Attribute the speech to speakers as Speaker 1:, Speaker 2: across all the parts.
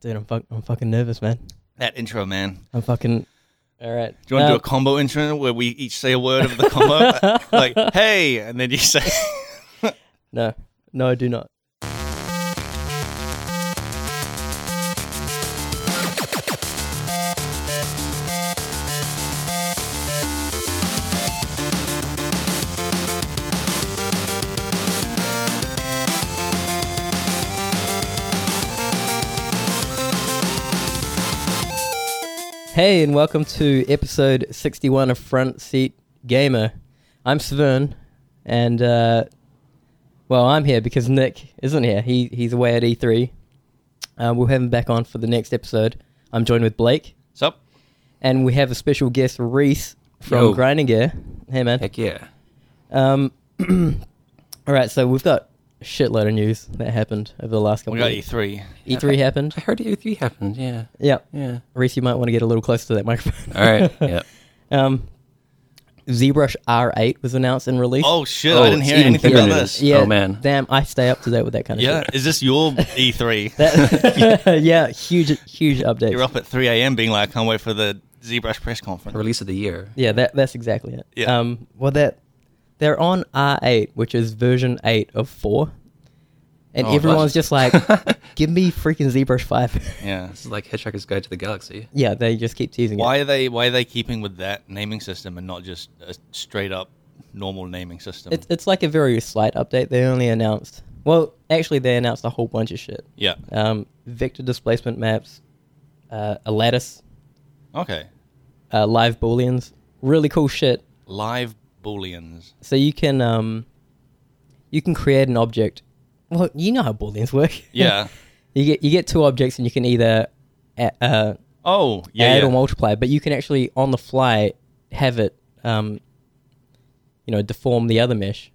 Speaker 1: Dude, I'm fuck, I'm fucking nervous, man.
Speaker 2: That intro, man.
Speaker 1: I'm fucking. All right.
Speaker 2: Do you want
Speaker 1: No,
Speaker 2: to do a combo intro where we each say a word of the combo? like, hey, and then you say.
Speaker 1: No, no, I do not. Hey, and welcome to episode 61 of Front Seat Gamer. I'm Svern, and uh, well, I'm here because Nick isn't here. He he's away at E3. Uh, we'll have him back on for the next episode. I'm joined with Blake,
Speaker 2: Sup?
Speaker 1: and we have a special guest Reese from
Speaker 3: Yo.
Speaker 1: Grinding Gear. Hey man.
Speaker 3: Heck yeah.
Speaker 1: Um, all right, so we've got a shitload of news that happened over the last couple.
Speaker 2: We got E
Speaker 1: of weeks.
Speaker 2: E3.
Speaker 1: E3 E happened.
Speaker 3: I heard E3 happened. Yeah.
Speaker 1: Yeah,
Speaker 3: Yeah.
Speaker 1: Reese, you might want to get a little closer to that microphone.
Speaker 3: All right. yep.
Speaker 1: Um, ZBrush R8 was announced and released.
Speaker 2: Oh, shit.
Speaker 3: Oh,
Speaker 2: I didn't
Speaker 3: it's
Speaker 2: hear
Speaker 3: even
Speaker 2: anything about
Speaker 3: bigger.
Speaker 2: this.
Speaker 1: yeah,
Speaker 3: oh, man.
Speaker 1: Damn, I stay up to date with that kind of
Speaker 2: Yeah.
Speaker 1: shit.
Speaker 2: Is this your E E3?
Speaker 1: That- yeah, huge, huge updates.
Speaker 2: You're up at 3 a.m. being like, I can't wait for the ZBrush press conference.
Speaker 3: Release of the year.
Speaker 1: Yeah, that that's exactly it.
Speaker 2: Yeah.
Speaker 1: Um, well, that they're on R8, which is version eight of four, and
Speaker 2: Oh, what?
Speaker 1: everyone's just like, "Give me freaking ZBrush 5.
Speaker 2: Yeah.
Speaker 3: This is like Hitchhiker's Guide to the Galaxy.
Speaker 1: yeah, they just keep teasing
Speaker 2: Why
Speaker 1: it.
Speaker 2: are they Why are they keeping with that naming system and not just a straight up normal naming system?
Speaker 1: It's it's like a very slight update. They only announced. Well, actually, they announced a whole bunch of shit.
Speaker 2: yeah.
Speaker 1: Um, vector displacement maps, uh, a lattice,
Speaker 2: Okay.
Speaker 1: uh, live booleans, really cool shit.
Speaker 2: Live booleans.
Speaker 1: So you can um, you can create an object. Well, you know how booleans work.
Speaker 2: Yeah.
Speaker 1: You get you get two objects, and you can either a- uh,
Speaker 2: Oh, yeah.
Speaker 1: add
Speaker 2: yeah.
Speaker 1: or multiply, but you can actually on the fly have it, um, you know, deform the other mesh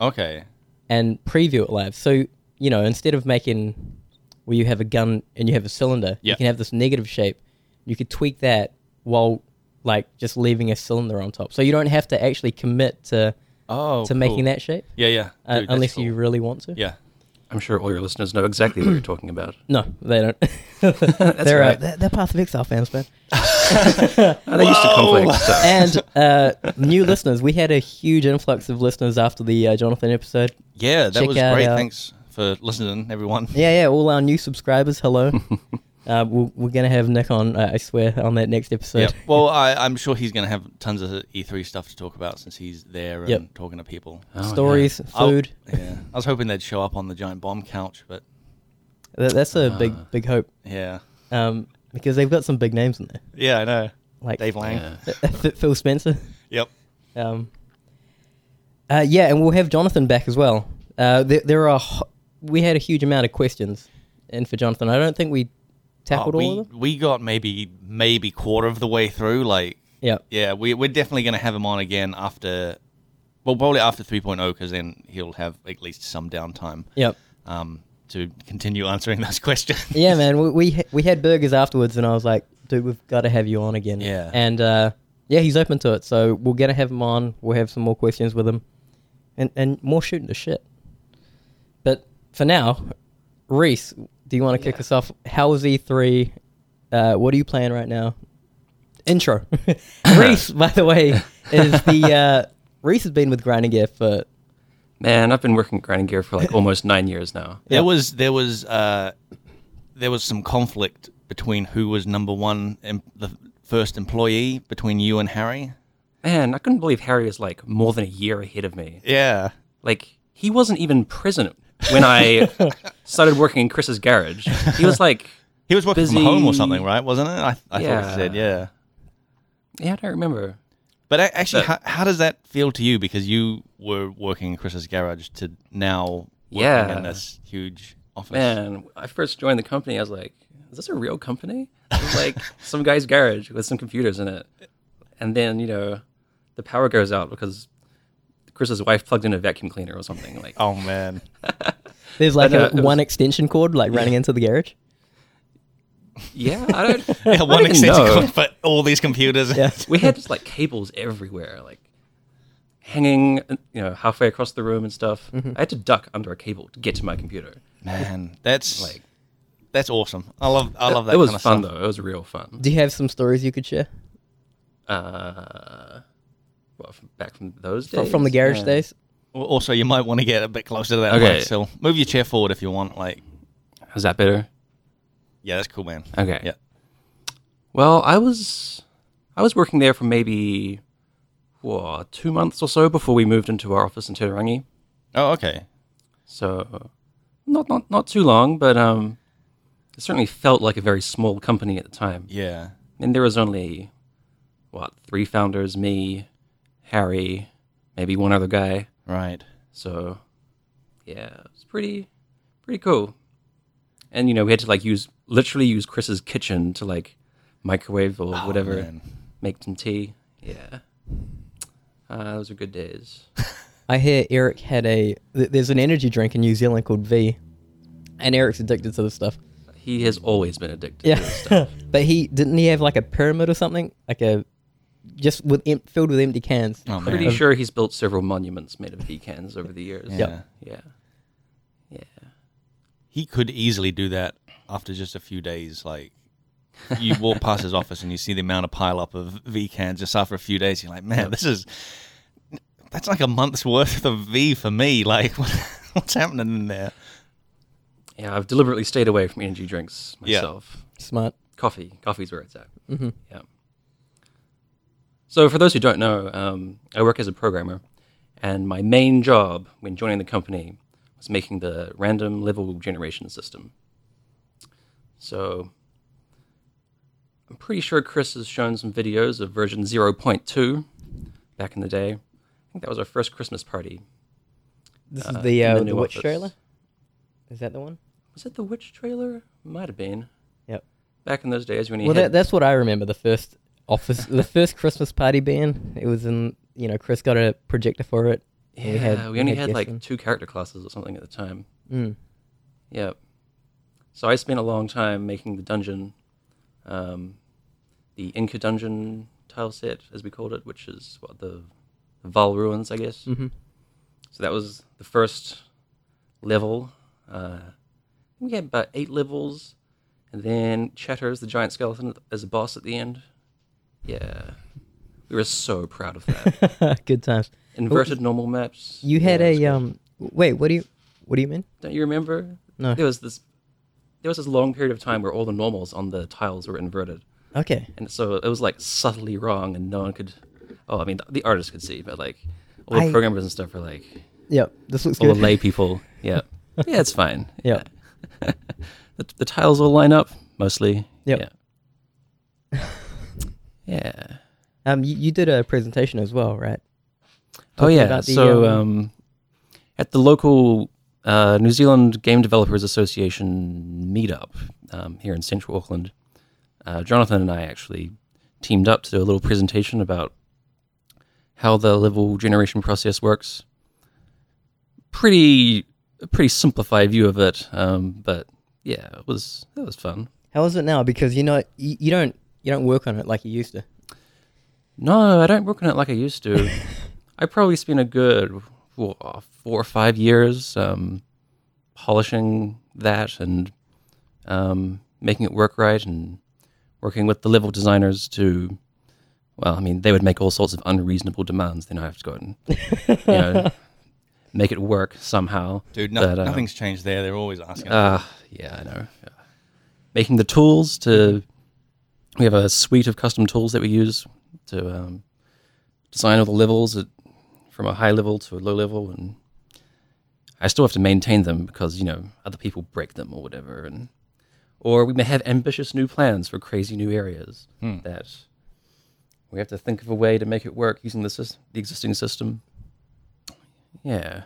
Speaker 2: Okay.
Speaker 1: and preview it live. So you know, instead of making where you have a gun and you have a cylinder,
Speaker 2: Yeah.
Speaker 1: you can have this negative shape. You could tweak that while like just leaving a cylinder on top, so you don't have to actually commit to
Speaker 2: Oh.
Speaker 1: to making that shape
Speaker 2: Yeah, yeah.
Speaker 1: uh,
Speaker 2: Dude, that's
Speaker 1: unless
Speaker 2: cool.
Speaker 1: you really want to.
Speaker 2: Yeah.
Speaker 3: I'm sure all your listeners know exactly what you're talking about.
Speaker 1: No, they don't. they're, uh,
Speaker 3: right.
Speaker 1: they're they're Path of Exile fans, man.
Speaker 3: Oh, they used to conflict stuff.
Speaker 1: and uh, new listeners. We had a huge influx of listeners after the uh, Jonathan episode.
Speaker 2: Yeah, that
Speaker 1: Check
Speaker 2: was
Speaker 1: out
Speaker 2: great.
Speaker 1: our-
Speaker 2: Thanks for listening, everyone.
Speaker 1: Yeah, yeah. All our new subscribers, hello. uh, we're, we're gonna have Nick on. Uh, I swear on that next episode.
Speaker 2: Yep. Well, I, I'm sure he's going to have tons of E3 stuff to talk about since he's there and
Speaker 1: Yep.
Speaker 2: talking to people.
Speaker 3: Oh, yeah.
Speaker 1: Stories,
Speaker 2: I'll-
Speaker 1: food.
Speaker 2: yeah. I was hoping they'd show up on the giant bomb couch, but
Speaker 1: That, that's a
Speaker 3: Ah.
Speaker 1: big, big hope.
Speaker 2: yeah.
Speaker 1: Um, because they've got some big names in there,
Speaker 2: Yeah, I know.
Speaker 1: like
Speaker 2: Dave Lang.
Speaker 3: Yeah.
Speaker 1: F- Phil Spencer.
Speaker 2: Yep.
Speaker 1: Um, uh, yeah, and we'll have Jonathan back as well. Uh, there, there are. ho- We had a huge amount of questions, in for Jonathan, I don't think we tackled
Speaker 2: Oh, we,
Speaker 1: all of them.
Speaker 2: we got maybe maybe quarter of the way through. Like,
Speaker 1: Yeah.
Speaker 2: yeah, we, we're definitely going to have him on again after, well, probably after 3.0 because then he'll have at least some downtime
Speaker 1: Yep.
Speaker 2: um, to continue answering those questions.
Speaker 1: yeah, man. We, we we had burgers afterwards, and I was like, dude, we've got to have you on again.
Speaker 2: Yeah.
Speaker 1: And uh, yeah, he's open to it, so we're gonna have him on. We'll have some more questions with him, and and more shooting the shit. But for now, Reese, do you want to kick us off? How was E three? Uh, what are you playing right now? Intro. Reese, by the way, is the uh, Reese has been with Grinding Gear for
Speaker 3: Man, I've been working at Grinding Gear for like almost nine years now.
Speaker 2: There was there was uh, there was some conflict between who was number one and the first employee between you and Harry.
Speaker 3: Man, I couldn't believe Harry is like more than a year ahead of me.
Speaker 2: Yeah.
Speaker 3: Like, he wasn't even present when I started working in Chris's garage. He was like,
Speaker 2: He was working from
Speaker 3: Busy-
Speaker 2: home or something, right? Wasn't it? I, I thought
Speaker 3: Yeah.
Speaker 2: it said, yeah.
Speaker 3: yeah, I don't remember.
Speaker 2: But a- actually,
Speaker 3: But-
Speaker 2: how, how does that feel to you? Because you were working in Chris's garage to now working
Speaker 3: Yeah.
Speaker 2: in this huge office.
Speaker 3: Man, when I first joined the company, I was like, is this a real company? It was like some guy's garage with some computers in it. And then, you know, the power goes out because Chris's wife plugged in a vacuum cleaner or something. Like,
Speaker 2: Oh, man.
Speaker 1: there's like
Speaker 3: know,
Speaker 1: a,
Speaker 3: it was-
Speaker 1: one extension cord like running into the garage.
Speaker 3: yeah, I don't.
Speaker 2: yeah, one
Speaker 3: even know.
Speaker 2: extension for all these computers.
Speaker 1: Yeah.
Speaker 3: We had just like cables everywhere, like hanging, uh, you know, halfway across
Speaker 2: Mm-hmm.
Speaker 3: the room and stuff. I had to duck under a cable to get to my computer.
Speaker 2: Man, that's
Speaker 3: Like,
Speaker 2: that's awesome. I love I love that.
Speaker 3: it was
Speaker 2: kind
Speaker 3: fun
Speaker 2: of stuff.
Speaker 3: though. It was real fun.
Speaker 1: Do you have some stories you could share
Speaker 3: Uh, what, from, back from those days?
Speaker 1: from, from the garage
Speaker 3: Yeah.
Speaker 1: days?
Speaker 2: Al- Also, you might want to get a bit closer to that.
Speaker 3: Okay.
Speaker 2: mic, so move your chair forward if you want. Like,
Speaker 3: Is that better?
Speaker 2: yeah, that's cool, man.
Speaker 3: Okay.
Speaker 2: Yeah.
Speaker 3: Well, I was I was working there for maybe what, two months or so before we moved into our office in Turangi.
Speaker 2: Oh, okay.
Speaker 3: So not not not too long, but um it certainly felt like a very small company at the time.
Speaker 2: Yeah.
Speaker 3: And there was only what, three founders, me, Harry, maybe one other guy.
Speaker 2: Right.
Speaker 3: So yeah, it's pretty pretty cool. And you know, we had to like use literally use Chris's kitchen to like microwave or whatever,
Speaker 2: Oh, man.
Speaker 3: make some tea. Yeah. Uh, those are good days.
Speaker 1: I hear Eric had a. th- There's an energy drink in New Zealand called V, and Eric's addicted to this stuff.
Speaker 3: He
Speaker 2: Mm.
Speaker 3: has always been addicted to this stuff.
Speaker 1: Yeah, but he didn't he have like a pyramid or something like a just with em- filled with empty cans.
Speaker 2: Oh, man.
Speaker 3: Pretty sure he's built several monuments made of pecans over the years.
Speaker 2: Yeah.
Speaker 1: Yep.
Speaker 3: Yeah. Yeah.
Speaker 2: He could easily do that after just a few days. Like, you walk past his office and you see the amount of pile up of V cans just after a few days. You're like, man, this is that's like a month's worth of V for me. Like, what, what's happening in there?
Speaker 3: Yeah, I've deliberately stayed away from energy drinks
Speaker 2: Yeah.
Speaker 3: myself.
Speaker 1: Smart.
Speaker 3: coffee. Coffee's where it's at. Mm-hmm. Yeah. So, for those who don't know, um, I work as a programmer, and my main job when joining the company was making the random level generation system. So, I'm pretty sure Chris has shown some videos of version 0.2 back in the day. I think that was our first Christmas party.
Speaker 1: This
Speaker 3: uh,
Speaker 1: is the
Speaker 3: in
Speaker 1: uh,
Speaker 3: the
Speaker 1: the,
Speaker 3: new
Speaker 1: witch
Speaker 3: office.
Speaker 1: trailer. Is that the one?
Speaker 3: Was it the Witch trailer? Might have been.
Speaker 1: Yep.
Speaker 3: Back in those days when you
Speaker 1: Well,
Speaker 3: had
Speaker 1: that, that's what I remember. The first office, the first Christmas party being. It was in you know Chris got a projector for it. and
Speaker 3: Yeah, we, only had, like
Speaker 1: guests
Speaker 3: two character classes or something at the time.
Speaker 1: in. Mm.
Speaker 3: Yeah. So I spent a long time making the dungeon, um, the Inca dungeon tile set, as we called it, which is what the, the Val ruins, I guess.
Speaker 1: Mhm.
Speaker 3: So that was the first level. Uh, we had about eight levels, and then Chatters, the giant skeleton, as a boss at the end. Yeah, we were so proud of that.
Speaker 1: Good times.
Speaker 3: Inverted normal maps.
Speaker 1: You had
Speaker 3: Yeah, it was
Speaker 1: a um. Wait, what do you what do you mean?
Speaker 3: Don't you remember?
Speaker 1: No.
Speaker 3: There was this there was this long period of time where all the normals on the tiles were inverted.
Speaker 1: Okay.
Speaker 3: And so it was like subtly wrong and no one could oh, I mean the artists could see, but like all
Speaker 1: I-
Speaker 3: the programmers and stuff were like
Speaker 1: Yep. This looks
Speaker 3: all
Speaker 1: good.
Speaker 3: the lay people. Yeah. yeah, it's fine.
Speaker 1: Yep.
Speaker 3: The, the tiles all line up mostly.
Speaker 1: Yep.
Speaker 3: Yeah. yeah.
Speaker 1: Um, you, you did a presentation as well, right?
Speaker 3: Oh
Speaker 1: Talking
Speaker 3: yeah.
Speaker 1: about the,
Speaker 3: so
Speaker 1: um,
Speaker 3: um, at the local uh, New Zealand Game Developers Association meetup um, here in Central Auckland, uh, Jonathan and I actually teamed up to do a little presentation about how the level generation process works. Pretty, a pretty simplified view of it, um, but yeah, it was it was fun.
Speaker 1: How is it now? Because you know you, you don't you don't work on it like you used to.
Speaker 3: No, I don't work on it like I used to. I probably spent a good four, four or five years um, polishing that and um, making it work right and working with the level designers to. Well, I mean, they would make all sorts of unreasonable demands. Then I have to go and you know, make it work somehow.
Speaker 2: Dude, no,
Speaker 3: But, uh,
Speaker 2: nothing's changed there. They're always asking.
Speaker 3: Uh, yeah, I know. Yeah. Making the tools to. We have a suite of custom tools that we use to um, design all the levels at, from a high level to a low level. And I still have to maintain them because, you know, other people break them or whatever. And Or we may have ambitious new plans for crazy new areas
Speaker 2: Hmm.
Speaker 3: that we have to think of a way to make it work using the, sys- the existing system. Yeah.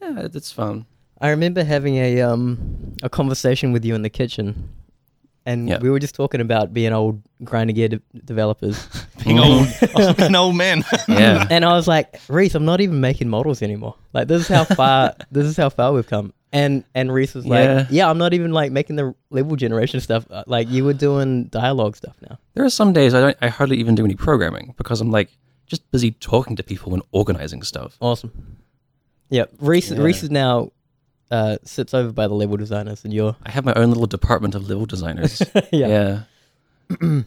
Speaker 3: Yeah, it- it's fun.
Speaker 1: I remember having a um a conversation with you in the kitchen, and
Speaker 3: Yeah.
Speaker 1: we were just talking about being old grinder gear de- developers.
Speaker 2: being old, an old man.
Speaker 3: Yeah.
Speaker 1: and I was like, Reese, I'm not even making models anymore. Like this is how far this is how far we've come. And and Reese was like,
Speaker 3: Yeah.
Speaker 1: yeah. I'm not even like making the level generation stuff. Uh, Like you were doing dialogue stuff now.
Speaker 3: There are some days I don't I hardly even do any programming because I'm like just busy talking to people and organizing stuff.
Speaker 1: Awesome. Yeah, Reese Reese is now uh, sits over by the level designers, and you're
Speaker 3: I have my own little department of level designers.
Speaker 1: yeah.
Speaker 3: yeah.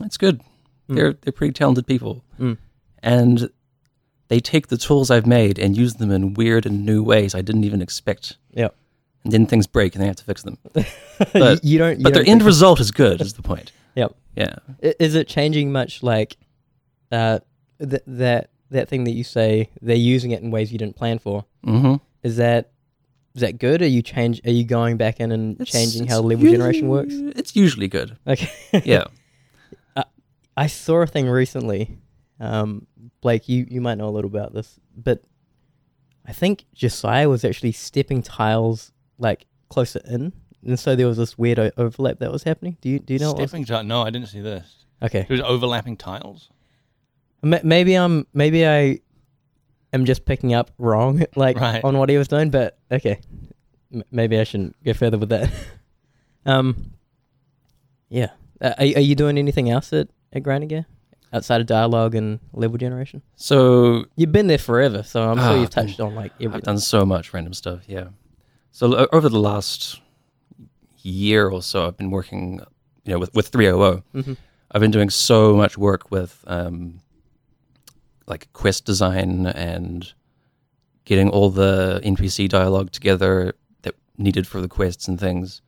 Speaker 3: That's good.
Speaker 1: Hmm.
Speaker 3: They're they're pretty talented people.
Speaker 1: Mm.
Speaker 3: And they take the tools I've made and use them in weird and new ways I didn't even expect.
Speaker 1: Yeah.
Speaker 3: And then things break and they have to fix them.
Speaker 1: You,
Speaker 3: But,
Speaker 1: you don't. You
Speaker 3: but their
Speaker 1: don't
Speaker 3: end result is good, is the point.
Speaker 1: Yep.
Speaker 3: Yeah.
Speaker 1: I- Is it changing much? Like uh, th- that that thing that you say they're using it in ways you didn't plan for.
Speaker 3: Mm-hmm.
Speaker 1: Is that is that good? Are you change? Are you going back in and changing how level generation works?
Speaker 3: It's usually good.
Speaker 1: Okay.
Speaker 3: Yeah.
Speaker 1: I saw a thing recently. Um, Blake, you, you might know a little about this, but I think Josiah was actually stepping tiles like closer in, and so there was this weird o- overlap that was happening. Do you do you know? What was?
Speaker 2: Stepping tile? No, I didn't see this.
Speaker 1: Okay,
Speaker 2: There's overlapping tiles.
Speaker 1: M- maybe I'm maybe I am just picking up wrong like
Speaker 2: Right.
Speaker 1: on what he was doing, but okay, M- maybe I shouldn't go further with that. um, yeah. Uh, are, are you doing anything else at at Grinding Gear outside of dialogue and level generation?
Speaker 3: So
Speaker 1: You've been there forever, so I'm
Speaker 3: Ah,
Speaker 1: sure you've
Speaker 3: I've been-
Speaker 1: touched on like
Speaker 3: I've
Speaker 1: everything.
Speaker 3: done so much random stuff. Yeah. So o- over the last year or so, I've been working, you know, with with three OO.
Speaker 1: Mhm.
Speaker 3: I've been doing so much work with, um, like quest design and getting all the NPC dialogue together that needed for the quests and things.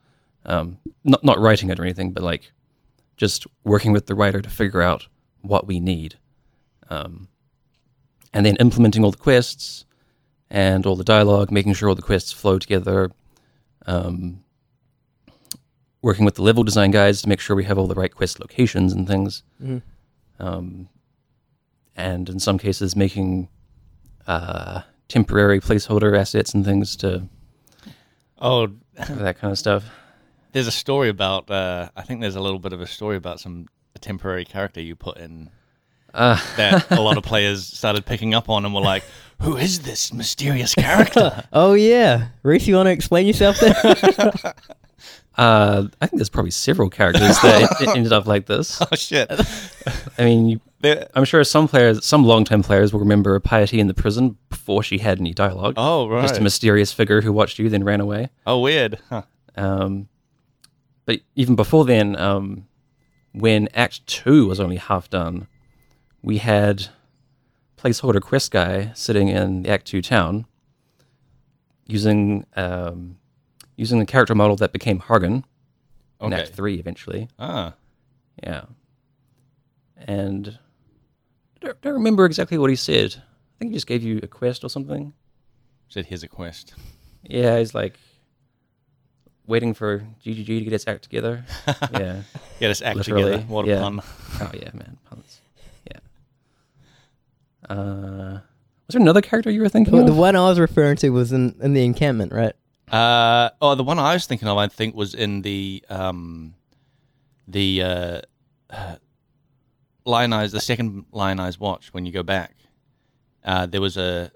Speaker 3: Um, not not writing it or anything, but like just working with the writer to figure out what we need, um, and then implementing all the quests and all the dialogue, making sure all the quests flow together, um, working with the level design guys to make sure we have all the right quest locations and things,
Speaker 2: Mm-hmm.
Speaker 1: Mhm.
Speaker 3: um, and in some cases making uh, temporary placeholder assets and things to
Speaker 2: Oh,
Speaker 3: that kind of stuff.
Speaker 2: there's a story about. Uh, I think there's a little bit of a story about some a temporary character you put in
Speaker 3: Uh,
Speaker 2: that a lot of players started picking up on and were like, "Who is this mysterious character?"
Speaker 1: Oh yeah, Reese, you want to explain yourself there?
Speaker 3: uh, I think there's probably several characters that en- ended up like this.
Speaker 2: oh shit!
Speaker 3: I mean, you,
Speaker 2: There-
Speaker 3: I'm sure some players, some long-time players, will remember Piety in the prison before she had any dialogue.
Speaker 2: oh right.
Speaker 3: Just a mysterious figure who watched you, then ran away.
Speaker 2: oh weird. Huh.
Speaker 3: Um, but even before then, um, when Act Two was only half done, we had placeholder quest guy sitting in the Act Two town, using um, using the character model that became Hargan in
Speaker 2: Okay.
Speaker 3: Act Three eventually.
Speaker 2: Ah.
Speaker 3: Yeah, and I don't, don't remember exactly what he said. I think he just gave you a quest or something.
Speaker 2: Said here's a quest.
Speaker 3: Yeah, he's like waiting for GGG to get its act together. yeah.
Speaker 2: Yeah, this act
Speaker 3: Literally,
Speaker 2: together. What a
Speaker 3: yeah.
Speaker 2: pun.
Speaker 3: Oh yeah, man, puns. Yeah. Uh, was there another character you were thinking
Speaker 1: Well, the
Speaker 3: of?
Speaker 1: one I was referring to was in, in the encampment, right?
Speaker 2: Uh, oh, the one I was thinking of, I think, was in the um, the uh, uh, Lion Eyes, the second Lion Eyes watch. When you go back, uh, there was a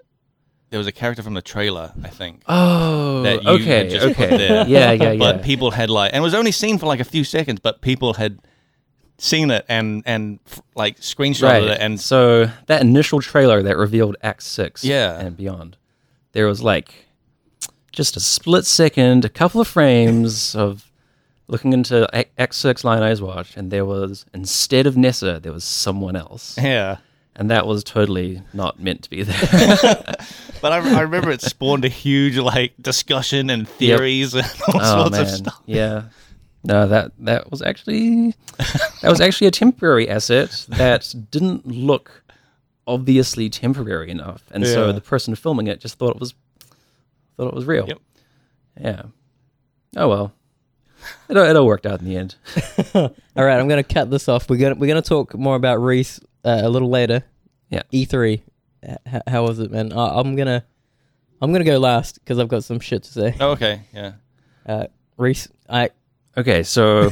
Speaker 2: there was a character from the trailer, I think.
Speaker 3: Oh,
Speaker 2: that you had
Speaker 3: okay,
Speaker 2: just put
Speaker 3: okay.
Speaker 2: there.
Speaker 3: Yeah, yeah, yeah.
Speaker 2: But people had like, and it was only seen for like a few seconds, but people had seen it and and f- like screenshotted
Speaker 3: right.
Speaker 2: it and
Speaker 3: so that initial trailer that revealed Act Six,
Speaker 2: Yeah.
Speaker 3: and beyond, there was like just a split second, a couple of frames of looking into A- Act Six Lion Eyes Watch, and there was instead of Nessa, there was someone else,
Speaker 2: yeah.
Speaker 3: and that was totally not meant to be there.
Speaker 2: But I, I remember it spawned a huge like discussion and theories and all
Speaker 3: Oh,
Speaker 2: sorts of stuff.
Speaker 3: Yeah. No, that that was actually that was actually a temporary asset that didn't look obviously temporary enough, and so
Speaker 2: Yeah.
Speaker 3: the person filming it just thought it was thought it was real.
Speaker 2: Yep.
Speaker 3: Yeah. Oh well, it all- it all worked out in the end.
Speaker 1: All right, I'm gonna cut this off. We're gonna we're gonna talk more about Reese uh, a little later.
Speaker 3: Yeah.
Speaker 1: E3, H- h- how was it, man? I, I'm gonna I'm gonna go last because I've got some shit to say.
Speaker 2: Oh, okay, yeah.
Speaker 1: Uh, Reese, I
Speaker 3: Okay, so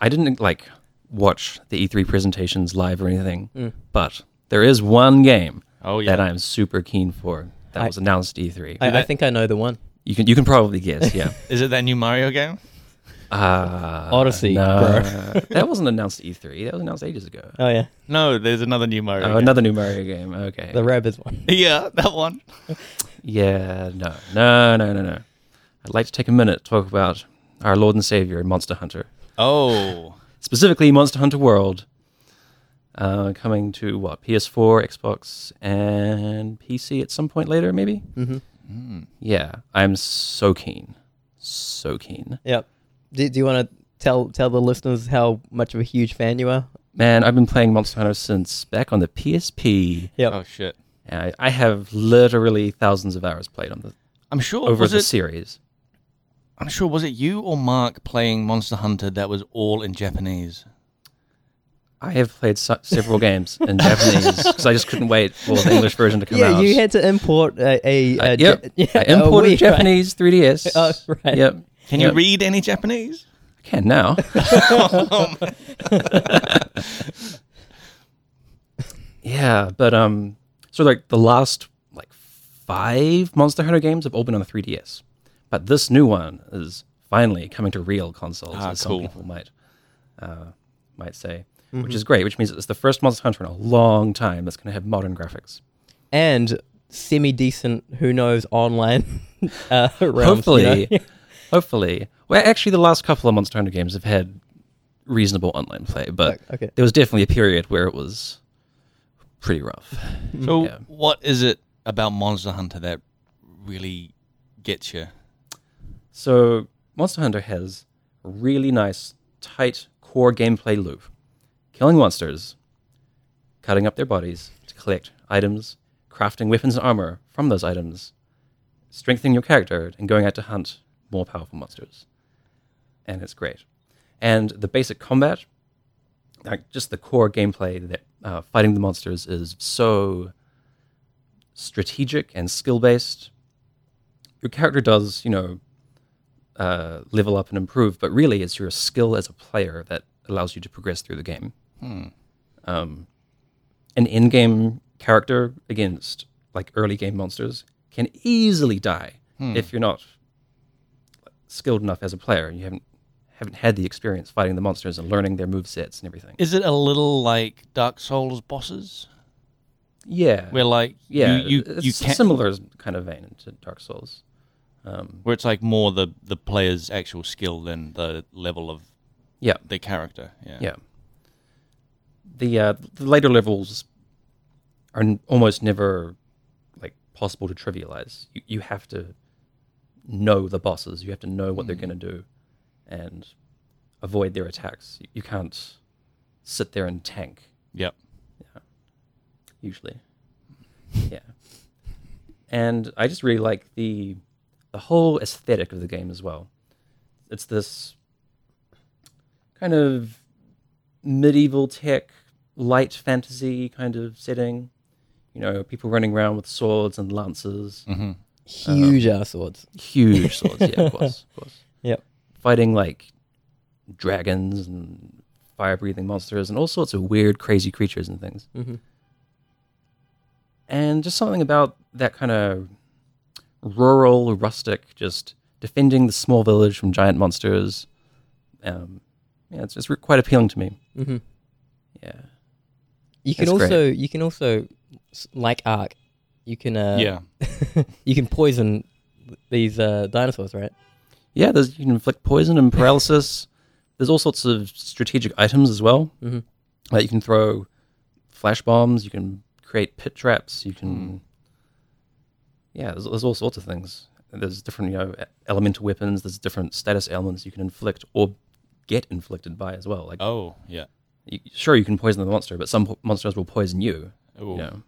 Speaker 3: I didn't like watch the E3 presentations live or anything, but there is one game
Speaker 2: Mm. Oh yeah.
Speaker 3: that I'm super keen for that
Speaker 1: I-
Speaker 3: was announced at E E3.
Speaker 1: I, I think I know the one.
Speaker 3: You can you can probably guess, yeah.
Speaker 2: Is it that new Mario game?
Speaker 3: Uh,
Speaker 1: Odyssey,
Speaker 3: no. uh, that wasn't announced at E3. That was announced ages ago.
Speaker 1: Oh yeah,
Speaker 2: No, there's another new Mario.
Speaker 3: Oh,
Speaker 2: game.
Speaker 3: another new Mario game. Okay.
Speaker 1: the rabbits one.
Speaker 2: Yeah, that one.
Speaker 3: Yeah, no, no, no, no, no. I'd like to take a minute to talk about our Lord and Savior, Monster Hunter,
Speaker 2: Oh,
Speaker 3: specifically Monster Hunter World, uh, coming to what PS4, Xbox, and PC at some point later, maybe.
Speaker 1: Mm-hmm.
Speaker 2: Hmm.
Speaker 3: Yeah, I'm so keen, so keen.
Speaker 1: Yep. Do, do you want to tell tell the listeners how much of a huge fan you are?
Speaker 3: Man, I've been playing Monster Hunter since back on the PSP.
Speaker 1: Yep.
Speaker 2: oh shit!
Speaker 3: And Uh, I, I have literally thousands of hours played on the
Speaker 2: I'm sure
Speaker 3: over
Speaker 2: was
Speaker 3: the
Speaker 2: it,
Speaker 3: series.
Speaker 2: I'm sure was it you or Mark playing Monster Hunter that was all in Japanese?
Speaker 3: I have played se- several games in Japanese because I just couldn't wait for the English version to come
Speaker 1: yeah,
Speaker 3: out.
Speaker 1: you had to import a. a,
Speaker 3: I,
Speaker 1: a
Speaker 3: Uh, yep.
Speaker 1: Ja- yeah,
Speaker 3: I
Speaker 1: a
Speaker 3: imported
Speaker 1: Wii, right?
Speaker 3: Japanese 3DS.
Speaker 1: Oh, right.
Speaker 3: Yep.
Speaker 2: Can
Speaker 3: Yep.
Speaker 2: you read any Japanese?
Speaker 3: I can now. yeah, but um, so like the last like five Monster Hunter games have all been on the 3DS, but this new one is finally coming to real consoles,
Speaker 2: Ah,
Speaker 3: as
Speaker 2: cool.
Speaker 3: some people might uh, might say, which
Speaker 2: Mm-hmm.
Speaker 3: is great. Which means it's the first Monster Hunter in a long time that's going to have modern graphics.
Speaker 1: And semi decent, who knows, online uh, realms, you know?
Speaker 3: Hopefully, hopefully. Well, actually, the last couple of Monster Hunter games have had reasonable online play, but
Speaker 1: okay.
Speaker 3: there was definitely a period where it was pretty rough.
Speaker 2: So,
Speaker 3: Yeah.
Speaker 2: what is it about Monster Hunter that really gets you?
Speaker 3: So, Monster Hunter has a really nice, tight core gameplay loop. Killing monsters, cutting up their bodies to collect items, crafting weapons and armor from those items, strengthening your character, and going out to hunt more powerful monsters. And it's great. And the basic combat, like just the core gameplay that uh, fighting the monsters is so strategic and skill based. Your character does, you know, uh, level up and improve, but really it's your skill as a player that allows you to progress through the game.
Speaker 2: Hmm.
Speaker 3: Um, an in game character against like early game monsters can easily die
Speaker 2: Hmm.
Speaker 3: if you're not skilled enough as a player and you haven't haven't had the experience fighting the monsters and learning their move sets and everything.
Speaker 2: Is it a little like Dark Souls bosses,
Speaker 3: Yeah.
Speaker 2: where like
Speaker 3: yeah.
Speaker 2: you you,
Speaker 3: it's
Speaker 2: you
Speaker 3: a
Speaker 2: can't
Speaker 3: similar kind of vein to Dark Souls.
Speaker 2: where it's like more the the player's actual skill than the level of
Speaker 3: Yeah.
Speaker 2: the character. Yeah.
Speaker 3: Yeah. The uh, the later levels are n- almost never like possible to trivialize. You you have to know the bosses. You have to know what they're going to do, and avoid their attacks. You, you can't sit there and tank
Speaker 2: Yep.
Speaker 3: usually. yeah. And I just really like the the whole aesthetic of the game as well. It's this kind of medieval tech, light fantasy kind of setting. You know, people running around with swords and lances.
Speaker 2: Mm-hmm.
Speaker 3: Uh-huh.
Speaker 1: Huge ass swords.
Speaker 3: Huge swords, yeah, of course, of course.
Speaker 1: Yep.
Speaker 3: Fighting like dragons and fire breathing monsters and all sorts of weird, crazy creatures and things.
Speaker 1: hmm
Speaker 3: and just something about that kind of rural, rustic, just defending the small village from giant monsters. Um, yeah, it's, it's re- quite appealing to me.
Speaker 1: hmm
Speaker 3: Yeah,
Speaker 1: You can
Speaker 3: That's great.
Speaker 1: also you can also s- like Ark. You can uh,
Speaker 2: yeah.
Speaker 1: you can poison these uh, dinosaurs, right?
Speaker 3: yeah. There's you can inflict poison and paralysis. there's all sorts of strategic items as well.
Speaker 1: Mhm.
Speaker 3: Like you can throw flash bombs. You can create pit traps. You can, yeah. There's, there's all sorts of things. There's different, you know, e- elemental weapons. There's different status elements you can inflict or get inflicted by as well. Like
Speaker 2: Oh yeah.
Speaker 3: you, sure you can poison the monster, but some po- monsters will poison you.
Speaker 2: Ooh.
Speaker 3: You know,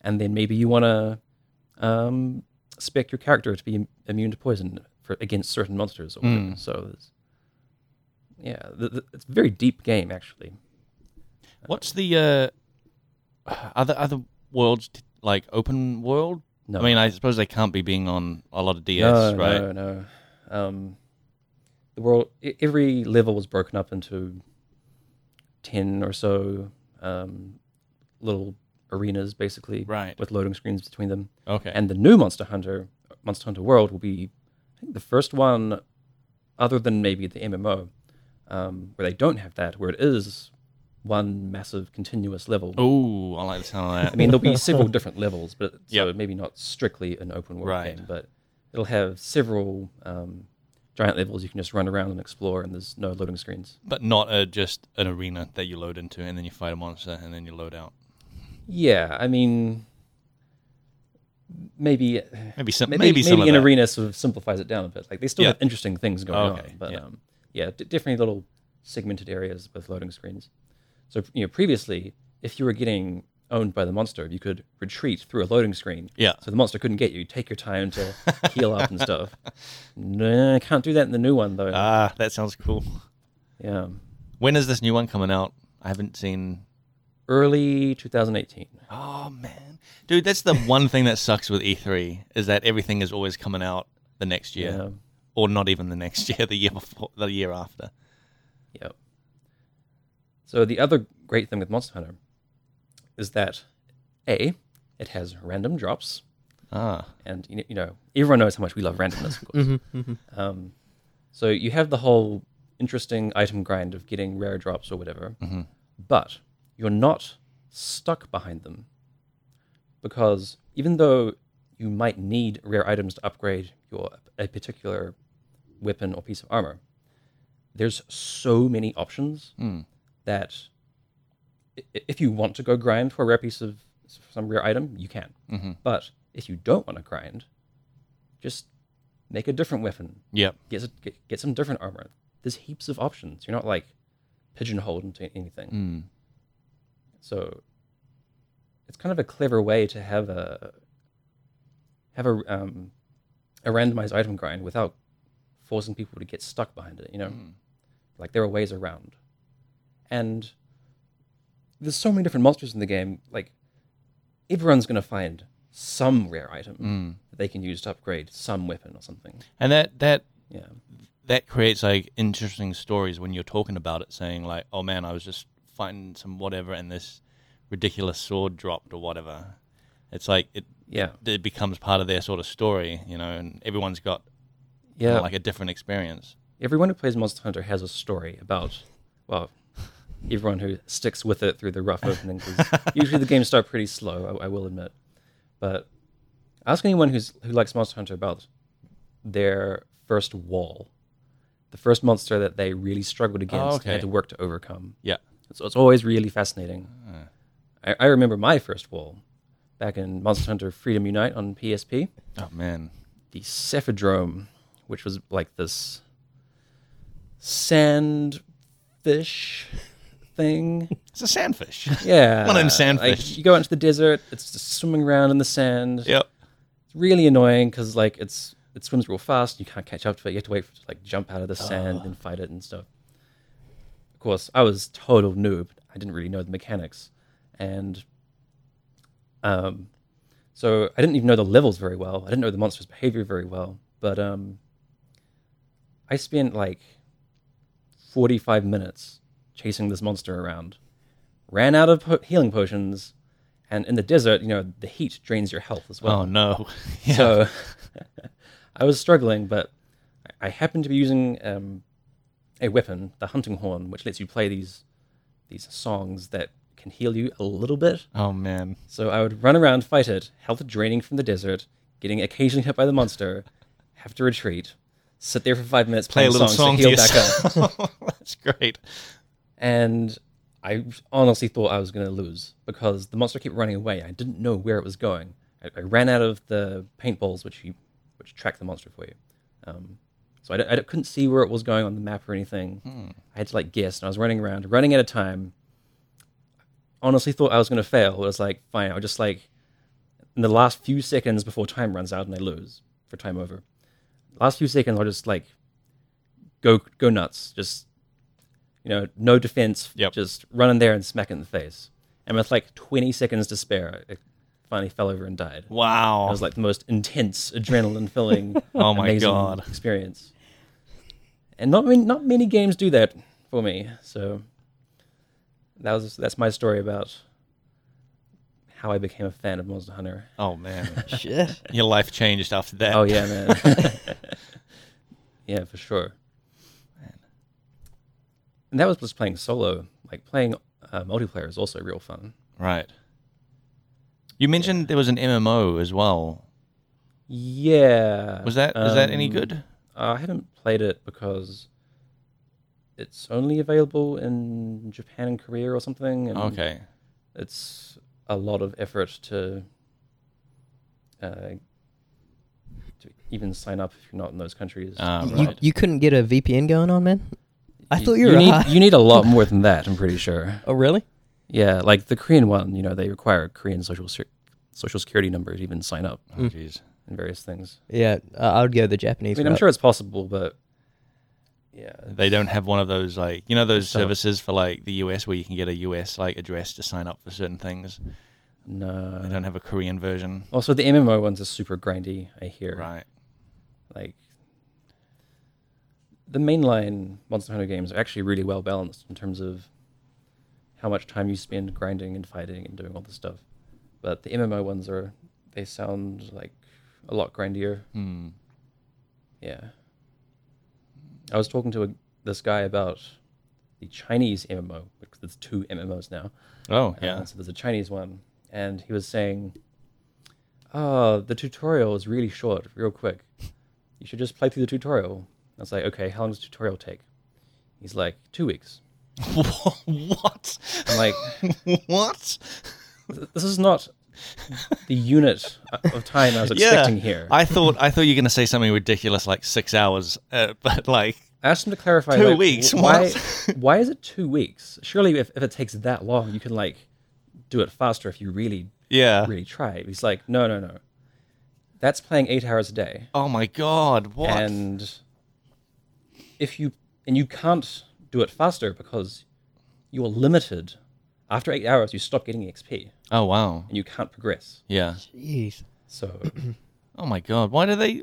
Speaker 3: and then maybe you want to um, spec your character to be im- immune to poison for against certain monsters. Or whatever.
Speaker 2: Hmm.
Speaker 3: So, there's- yeah, th th it's a very deep game actually.
Speaker 2: What's the uh, other other worlds t- like open world?
Speaker 3: No,
Speaker 2: I mean, I suppose they can't be being on a lot of DS,
Speaker 3: no,
Speaker 2: right?
Speaker 3: no, no. Um, the world, e- every level was broken up into ten or so um, little arenas, basically,
Speaker 2: Right.
Speaker 3: with loading screens between them.
Speaker 2: Okay.
Speaker 3: And the new Monster Hunter, Monster Hunter World, will be I think the first one, other than maybe the MMO, um, where they don't have that, where it is one massive continuous level.
Speaker 2: Oh, I like the sound of that.
Speaker 3: I mean, there'll be several different levels, but so
Speaker 2: Yep.
Speaker 3: maybe not strictly an open world
Speaker 2: Right.
Speaker 3: game, but it'll have several um, giant levels you can just run around and explore, and there's no loading screens.
Speaker 2: but not uh just an arena that you load into and then you fight a monster and then you load out.
Speaker 3: Yeah, I mean, maybe
Speaker 2: Maybe some,
Speaker 3: maybe,
Speaker 2: maybe, some of
Speaker 3: an
Speaker 2: that.
Speaker 3: arena sort of simplifies it down a bit. Like they still
Speaker 2: Yeah.
Speaker 3: have interesting things going
Speaker 2: Okay,
Speaker 3: on, but
Speaker 2: yeah.
Speaker 3: um, yeah, d- definitely little segmented areas with loading screens. So you know, previously, if you were getting owned by the monster, you could retreat through a loading screen.
Speaker 2: Yeah.
Speaker 3: So the monster couldn't get you. Take your time to heal up and stuff. No, I can't do that in the new one though.
Speaker 2: Ah, that sounds cool.
Speaker 3: yeah.
Speaker 2: When is this new one coming out? I haven't seen.
Speaker 3: Early 2018.
Speaker 2: Oh man, dude, that's the one thing that sucks with E3 is that everything is always coming out the next year,
Speaker 3: Yeah.
Speaker 2: or not even the next year, the year before, the year after.
Speaker 3: Yep. So the other great thing with Monster Hunter is that A, it has random drops.
Speaker 2: Ah,
Speaker 3: and you know, you know everyone knows how much we love randomness of course um, so you have the whole interesting item grind of getting rare drops or whatever but you're not stuck behind them because even though you might need rare items to upgrade your a particular weapon or piece of armor there's so many options that i- i- if you want to go grind for a rare piece of some rare item, you can. But if you don't want to grind, just make a different weapon,
Speaker 2: yep.
Speaker 3: get, s- get get some different armor. There's heaps of options. You're not like pigeonholed into anything.
Speaker 2: Mm.
Speaker 3: So it's kind of a clever way to have a have a um, a randomized item grind without forcing people to get stuck behind it. You know, like there are ways around, and there's so many different monsters in the game. Like everyone's gonna find some rare item that they can use to upgrade some weapon or something.
Speaker 2: And that that
Speaker 3: Yeah.
Speaker 2: that creates like interesting stories when you're talking about it, saying like, "Oh man, I was just fighting some whatever, and this ridiculous sword dropped or whatever." It's like it
Speaker 3: Yeah.
Speaker 2: it becomes part of their sort of story, you know, and everyone's got
Speaker 3: Yeah.
Speaker 2: kinda like a different experience.
Speaker 3: everyone who plays Monster Hunter has a story about, well, everyone who sticks with it through the rough opening. 'cause usually the games start pretty slow, I, I will admit. But ask anyone who's who likes Monster Hunter about their first wall, the first monster that they really struggled against and
Speaker 2: okay.
Speaker 3: had to work to overcome.
Speaker 2: Yeah.
Speaker 3: So it's always really fascinating. I, I remember my first wall back in Monster Hunter Freedom Unite on PSP
Speaker 2: Oh man.
Speaker 3: the Cephadrome, which was like this sand fish thing.
Speaker 2: It's a sandfish.
Speaker 3: Yeah.
Speaker 2: One of them sand
Speaker 3: like,
Speaker 2: fish.
Speaker 3: you go out into the desert, it's just swimming around in the sand.
Speaker 2: yep.
Speaker 3: It's really annoying because like it's it swims real fast, and you can't catch up to it. You have to wait for it to like jump out of the sand and fight it and stuff. Of course, I was total noob. I didn't really know the mechanics. And um so I didn't even know the levels very well. I didn't know the monster's behavior very well. But um I spent like 45 minutes chasing this monster around. Ran out of po- healing potions and in the desert, you know, the heat drains your health as well.
Speaker 2: Oh no. yeah.
Speaker 3: So I was struggling, but I- I happened to be using um, a weapon, the hunting horn, which lets you play these these songs that can heal you a little bit.
Speaker 2: oh man.
Speaker 3: So I would run around, fight it, health draining from the desert, getting occasionally hit by the monster, have to retreat, sit there for five minutes,
Speaker 2: Play a
Speaker 3: playing
Speaker 2: little
Speaker 3: songs
Speaker 2: song
Speaker 3: to
Speaker 2: to
Speaker 3: heal back up.
Speaker 2: yourself. That's great.
Speaker 3: and I honestly thought I was going to lose because the monster kept running away. I didn't know where it was going. I, I ran out of the paintballs, which you, which track the monster for you. Um, so I, d- I d- couldn't see where it was going on the map or anything. I had to like guess, and I was running around, running out of time. Honestly, thought I was going to fail. I was like, fine, I'll just like in the last few seconds before time runs out and I lose for time over. Last few seconds, I'll just like go go nuts, just you know, no defense,
Speaker 2: Yep.
Speaker 3: just run in there and smack it in the face. And with like 20 seconds to spare, I finally fell over and died.
Speaker 2: Wow.
Speaker 3: It was like the most intense adrenaline filling
Speaker 2: Oh my
Speaker 3: amazing
Speaker 2: God.
Speaker 3: experience. And not many, not many games do that for me. So that was that's my story about how I became a fan of Monster Hunter.
Speaker 2: oh man.
Speaker 1: Shit.
Speaker 2: Your life changed after that.
Speaker 3: Oh yeah, man. yeah, for sure. And that was just playing solo, like playing uh, multiplayer is also real fun.
Speaker 2: Right. You mentioned there was an MMO as well.
Speaker 3: Yeah.
Speaker 2: Was that was that any
Speaker 3: Um,
Speaker 2: good?
Speaker 3: I haven't played it because it's only available in Japan and Korea or something. And
Speaker 2: Okay.
Speaker 3: It's a lot of effort to uh, to even sign up if you're not in those countries.
Speaker 2: Ah,
Speaker 1: You,
Speaker 2: right.
Speaker 1: you couldn't get a VPN going on, man. I thought you,
Speaker 3: you
Speaker 1: were
Speaker 3: need
Speaker 1: high.
Speaker 3: you need a lot more than that. I'm pretty sure.
Speaker 1: oh, really?
Speaker 3: Yeah, like the Korean one. You know, they require a Korean social se- social security number to even sign up
Speaker 2: Oh, jeez.
Speaker 3: and various things.
Speaker 1: Yeah, uh, I would go the
Speaker 3: I
Speaker 1: Japanese.
Speaker 3: mean, I'm
Speaker 1: route.
Speaker 3: sure it's possible, but yeah,
Speaker 2: They don't have one of those like you know those
Speaker 3: So-
Speaker 2: services for like the US where you can get a US like address to sign up for certain things.
Speaker 3: no.
Speaker 2: They don't have a Korean version.
Speaker 3: Also, the MMO ones are super grindy. I hear.
Speaker 2: Right.
Speaker 3: Like the mainline Monster Hunter games are actually really well balanced in terms of how much time you spend grinding and fighting and doing all this stuff. But the MMO ones are they sound like a lot grindier.
Speaker 2: Hmm.
Speaker 3: Yeah. I was talking to a, this guy about the Chinese MMO because there's two MMOs now.
Speaker 2: Oh,
Speaker 3: Uh,
Speaker 2: yeah.
Speaker 3: so there's a Chinese one, and he was saying, "Oh, the tutorial is really short, real quick. You should just play through the tutorial." I was like, "Okay, how long does the tutorial take?" He's like, two weeks."
Speaker 2: what?
Speaker 3: I'm like,
Speaker 2: what?
Speaker 3: "Th- "This is not the unit of time I was expecting here." I
Speaker 2: I thought I thought you were going to say something ridiculous like six hours, uh, but like
Speaker 3: asked him to clarify.
Speaker 2: Two
Speaker 3: like,
Speaker 2: weeks,
Speaker 3: wh- Why?
Speaker 2: what?
Speaker 3: why is it two weeks? Surely, if, if it takes that long, you can like do it faster if you really,
Speaker 2: yeah.
Speaker 3: really try. He's like, "No, no, no." That's playing eight hours a day.
Speaker 2: Oh my god! What?
Speaker 3: and if you and you can't do it faster because you're limited after eight hours you stop getting xp
Speaker 2: oh wow!
Speaker 3: and you can't progress
Speaker 2: Yeah.
Speaker 1: Jeez.
Speaker 3: so
Speaker 2: Oh my god! Why do they?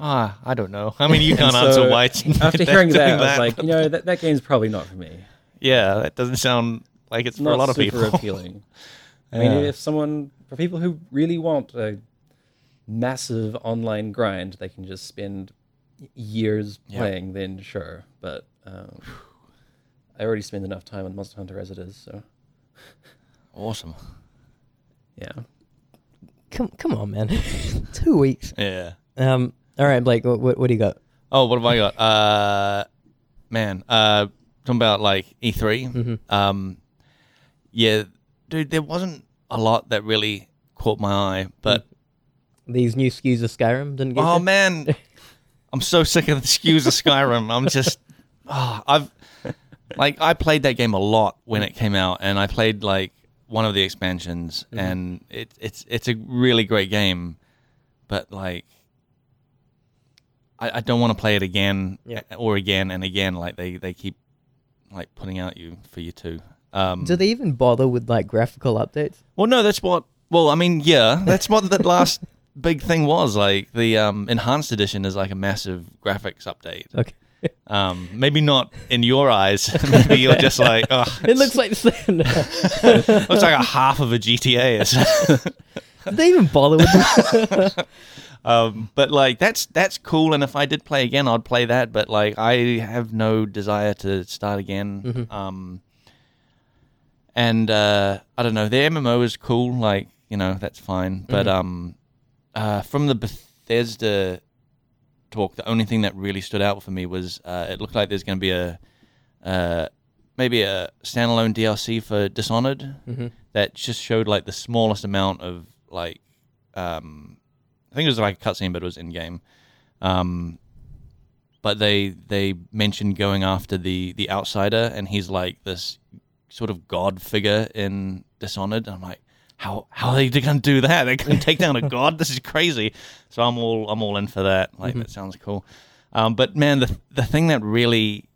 Speaker 2: Ah, I don't know. I mean, you can't
Speaker 3: so
Speaker 2: answer why. It's
Speaker 3: after
Speaker 2: they're
Speaker 3: hearing that,
Speaker 2: doing
Speaker 3: i was like you know that, that game's probably not for me
Speaker 2: yeah, that doesn't sound like it's for
Speaker 3: not
Speaker 2: a lot of
Speaker 3: super
Speaker 2: people.
Speaker 3: appealing i mean
Speaker 2: Yeah.
Speaker 3: if someone for people who really want a massive online grind they can just spend years playing then sure but um, i already spend enough time on monster hunter as it is so
Speaker 2: Awesome.
Speaker 3: yeah
Speaker 1: Come, come on, man. Two weeks.
Speaker 2: Yeah.
Speaker 1: Um. All right, Blake. What, what, what do you got?
Speaker 2: Oh, what have I got? Uh, man, uh, talking about like E3.
Speaker 3: Mm-hmm.
Speaker 2: Um, yeah, dude, there wasn't a lot that really caught my eye, but
Speaker 1: These new SKUs of Skyrim didn't get.
Speaker 2: oh
Speaker 1: you?
Speaker 2: man, I'm so sick of the skews of Skyrim. I'm just, ah, I've like I played that game a lot when it came out, and I played like one of the expansions,
Speaker 1: Mm-hmm.
Speaker 2: and it, it's it's a really great game, but like. I, I don't want to play it again
Speaker 1: Yeah.
Speaker 2: or again and again. Like they, they keep like putting out you for you to. Um,
Speaker 1: Do they even bother with like graphical updates?
Speaker 2: well, no, that's what. Well, I mean, yeah, that's what that last big thing was. Like the um, enhanced edition is like a massive graphics update.
Speaker 1: Okay.
Speaker 2: Um, maybe not in your eyes. maybe you're just like, oh,
Speaker 1: It looks like the same.
Speaker 2: looks like a half of a GTA. or something.
Speaker 1: Did they even bother with that?
Speaker 2: um, but like that's that's cool. And if I did play again, I'd play that. But like I have no desire to start again. Um, and uh, I don't know. The MMO is cool. Like you know that's fine. But um, uh, from the Bethesda talk, the only thing that really stood out for me was uh, it looked like there's going to be a uh, maybe a standalone DLC for Dishonored that just showed like the smallest amount of like um, I think it was like a cutscene, but it was in game. Um, but they they mentioned going after the the outsider, and he's like this sort of god figure in Dishonored. And I'm like, how how are they going to do that? They're going to take down a god? This is crazy. So I'm all I'm all in for that. Like that sounds cool. Um, but man, the the thing that really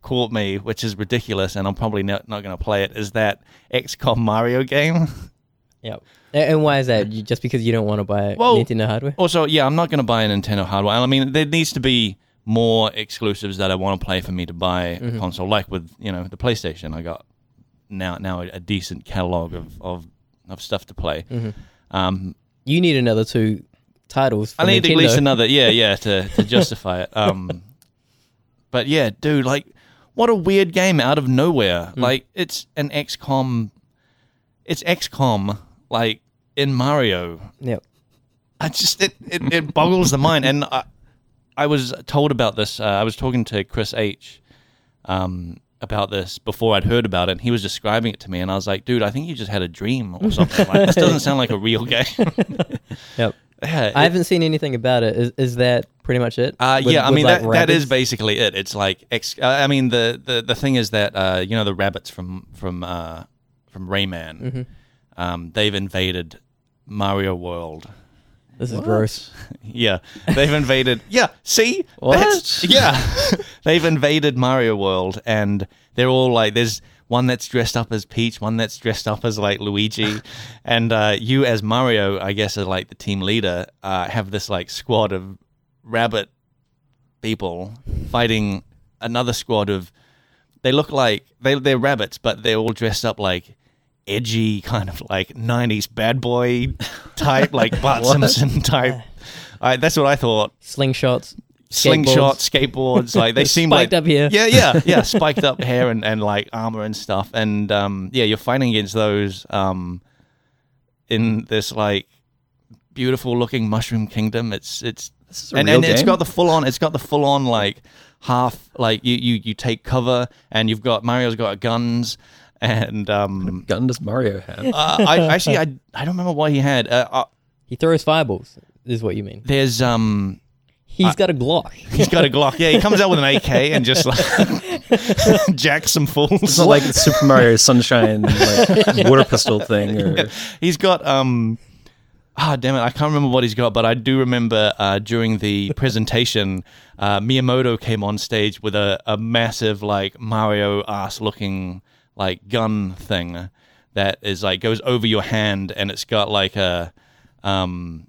Speaker 2: caught me, which is ridiculous, and I'm probably not, not going to play it, is that XCOM Mario game.
Speaker 1: yeah. And, and why is that? You, just because you don't want to buy
Speaker 2: Well-
Speaker 1: Nintendo hardware?
Speaker 2: Also, yeah, I'm not going to buy a Nintendo hardware. I mean, there needs to be more exclusives that I want to play for me to buy
Speaker 1: Mm-hmm.
Speaker 2: a console. Like with you know the PlayStation, I got now now a decent catalog of of, of stuff to play.
Speaker 1: Mm-hmm.
Speaker 2: Um,
Speaker 1: You need another two titles. For
Speaker 2: I need at
Speaker 1: Nintendo.
Speaker 2: least another, yeah, yeah, to, to justify it. Um, but yeah, dude, like, what a weird game out of nowhere.
Speaker 1: Mm.
Speaker 2: Like it's an XCOM, it's XCOM like in Mario.
Speaker 1: Yep.
Speaker 2: I just it it, it boggles the mind. And I, I was told about this. Uh, I was talking to Chris H. Um, about this before I'd heard about it, and he was describing it to me, and I was like, "Dude, I think you just had a dream or something. Like, this doesn't sound like a real game."
Speaker 1: Yep.
Speaker 2: yeah,
Speaker 1: I
Speaker 2: it-
Speaker 1: haven't seen anything about it. Is, is that pretty much it?
Speaker 2: uh,
Speaker 1: With-
Speaker 2: yeah, I
Speaker 1: with,
Speaker 2: mean
Speaker 1: like,
Speaker 2: that, that is
Speaker 1: rabbits?
Speaker 2: basically it. It's like ex- uh, I mean the, the the thing is that uh, you know the rabbits from from uh, from Rayman,
Speaker 1: Mm-hmm.
Speaker 2: um, they've invaded Mario World.
Speaker 1: This is gross.
Speaker 2: Yeah, they've invaded. Yeah, see,
Speaker 1: What?
Speaker 2: That's- yeah, they've invaded Mario World, and they're all like, there's one that's dressed up as Peach, one that's dressed up as like Luigi, and uh, you as Mario, I guess, as like the team leader, uh, have this like squad of rabbit people fighting another squad of. They look like they they're rabbits, but they're all dressed up like edgy kind of like 90s bad boy type like bart simpson type I, that's what i thought
Speaker 1: Slingshots.
Speaker 2: slingshots, skateboards. Like they seem
Speaker 1: Spiked
Speaker 2: like
Speaker 1: up here.
Speaker 2: Yeah, yeah, yeah. spiked up hair and, and like armor and stuff. And um, yeah, you're fighting against those um, in this like beautiful looking mushroom kingdom. It's it's
Speaker 3: This is a
Speaker 2: and
Speaker 3: real
Speaker 2: and it's
Speaker 3: game?
Speaker 2: got the full on. It's got the full on like half like you you you take cover and you've got Mario's got guns and um.
Speaker 3: gun does Mario have?
Speaker 2: Uh, I actually I I don't remember what he had. Uh, uh,
Speaker 1: He throws fireballs. Is what you mean?
Speaker 2: there's um
Speaker 1: He's got a Glock.
Speaker 2: He's got a Glock. Yeah, he comes out with an AK and just like jacks some
Speaker 3: It's
Speaker 2: fools.
Speaker 3: not like the Super Mario Sunshine like, water pistol thing. Or,
Speaker 2: He's got um. Ah, damn it! I can't remember what he's got, but I do remember uh, during the presentation, uh, Miyamoto came on stage with a, a massive like Mario ass looking like gun thing that is like goes over your hand and it's got like a um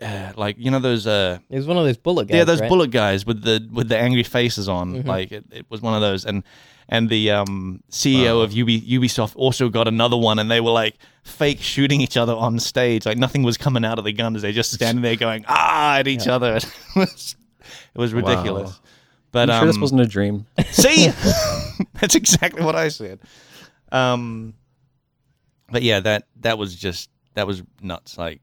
Speaker 2: uh, like you know those uh
Speaker 1: It was one of those bullet guys.
Speaker 2: yeah, those
Speaker 1: right?
Speaker 2: bullet guys with the with the angry faces on.
Speaker 3: Mm-hmm.
Speaker 2: Like it, it was one of those, and and the um, CEO of Ubi, Ubisoft also got another one, and they were like fake shooting each other on stage. Like nothing was coming out of the guns; they just standing there going ah at each other. it was it was ridiculous.
Speaker 3: Wow.
Speaker 2: But
Speaker 3: I'm
Speaker 2: um,
Speaker 3: sure this wasn't a dream.
Speaker 2: See, that's exactly what I said. Um, but yeah, that that was just that was nuts. Like,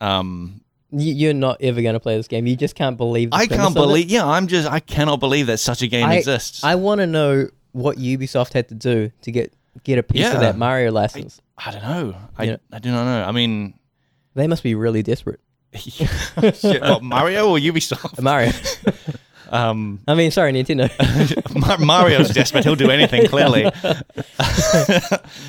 Speaker 2: um,
Speaker 1: You, you're not ever gonna play this game. You just can't believe. the
Speaker 2: I
Speaker 1: premise
Speaker 2: can't
Speaker 1: of it.
Speaker 2: believe. Yeah, I'm just. I cannot believe that such a game
Speaker 1: I,
Speaker 2: exists.
Speaker 1: I want to know what Ubisoft had to do to get get a piece
Speaker 2: Yeah.
Speaker 1: of that Mario license.
Speaker 2: I don't know. I,
Speaker 1: Yeah.
Speaker 2: I do not know. I mean,
Speaker 1: they must be really desperate. Uh,
Speaker 2: shit, what, Mario or Ubisoft?
Speaker 1: Mario.
Speaker 2: Um,
Speaker 1: I mean, sorry, Nintendo.
Speaker 2: Mar- Mario's desperate. He'll do anything. Clearly,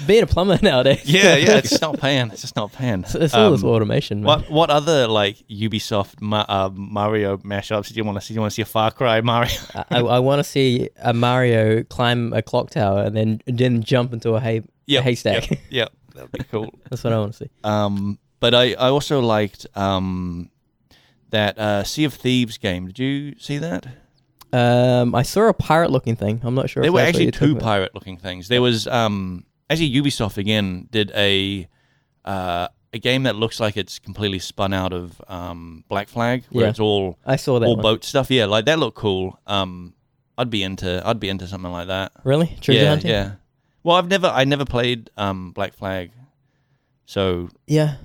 Speaker 1: Being a plumber nowadays.
Speaker 2: yeah, yeah. It's just not paying. It's just not paying.
Speaker 1: It's, it's all
Speaker 2: Um,
Speaker 1: this automation, man.
Speaker 2: what what other like Ubisoft ma- uh, Mario mashups do you want to see? Do you want to see a Far Cry Mario?
Speaker 1: I, I want to see a Mario climb a clock tower and then then jump into a hay
Speaker 2: Yep,
Speaker 1: haystack.
Speaker 2: Yep, yep. that'd be cool.
Speaker 1: That's what I want to see.
Speaker 2: Um, but I, I also liked um, that uh, Sea of Thieves game. Did you see that?
Speaker 1: Um, I saw a pirate looking thing. I'm not sure.
Speaker 2: There
Speaker 1: if
Speaker 2: were
Speaker 1: that's what
Speaker 2: actually
Speaker 1: you're talking
Speaker 2: two
Speaker 1: about.
Speaker 2: pirate looking things. There was um actually Ubisoft again did a uh, a game that looks like it's completely spun out of um, Black Flag, where
Speaker 1: Yeah.
Speaker 2: it's all
Speaker 1: I saw that.
Speaker 2: all
Speaker 1: one.
Speaker 2: boat stuff. Yeah, like that looked cool. Um, I'd be into I'd be into something like that.
Speaker 1: Really? Treasure
Speaker 2: yeah,
Speaker 1: hunting?
Speaker 2: yeah. Well, I've never I never played um, Black Flag, so
Speaker 1: Yeah.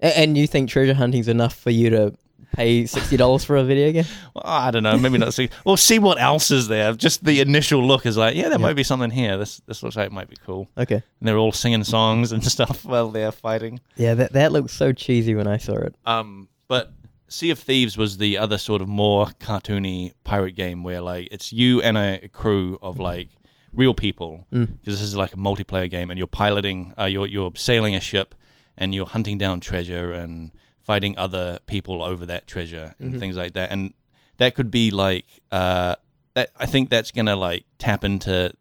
Speaker 1: A- And you think treasure hunting's enough for you to pay sixty dollars for a video game?
Speaker 2: well, I don't know. Maybe not see. Well, see what else is there. Just the initial look is like, yeah, there might be something here. This this looks like it might be cool.
Speaker 1: Okay.
Speaker 2: And they're all singing songs and stuff while they're fighting.
Speaker 1: Yeah, that that looked so cheesy when I saw it.
Speaker 2: Um, but Sea of Thieves was the other sort of more cartoony pirate game where like it's you and a crew of like real people because this is like a multiplayer game and you're piloting, uh, you're you're sailing a ship and you're hunting down treasure and fighting other people over that treasure and
Speaker 1: Mm-hmm.
Speaker 2: things like that. And that could be like uh, that. I think that's gonna like tap into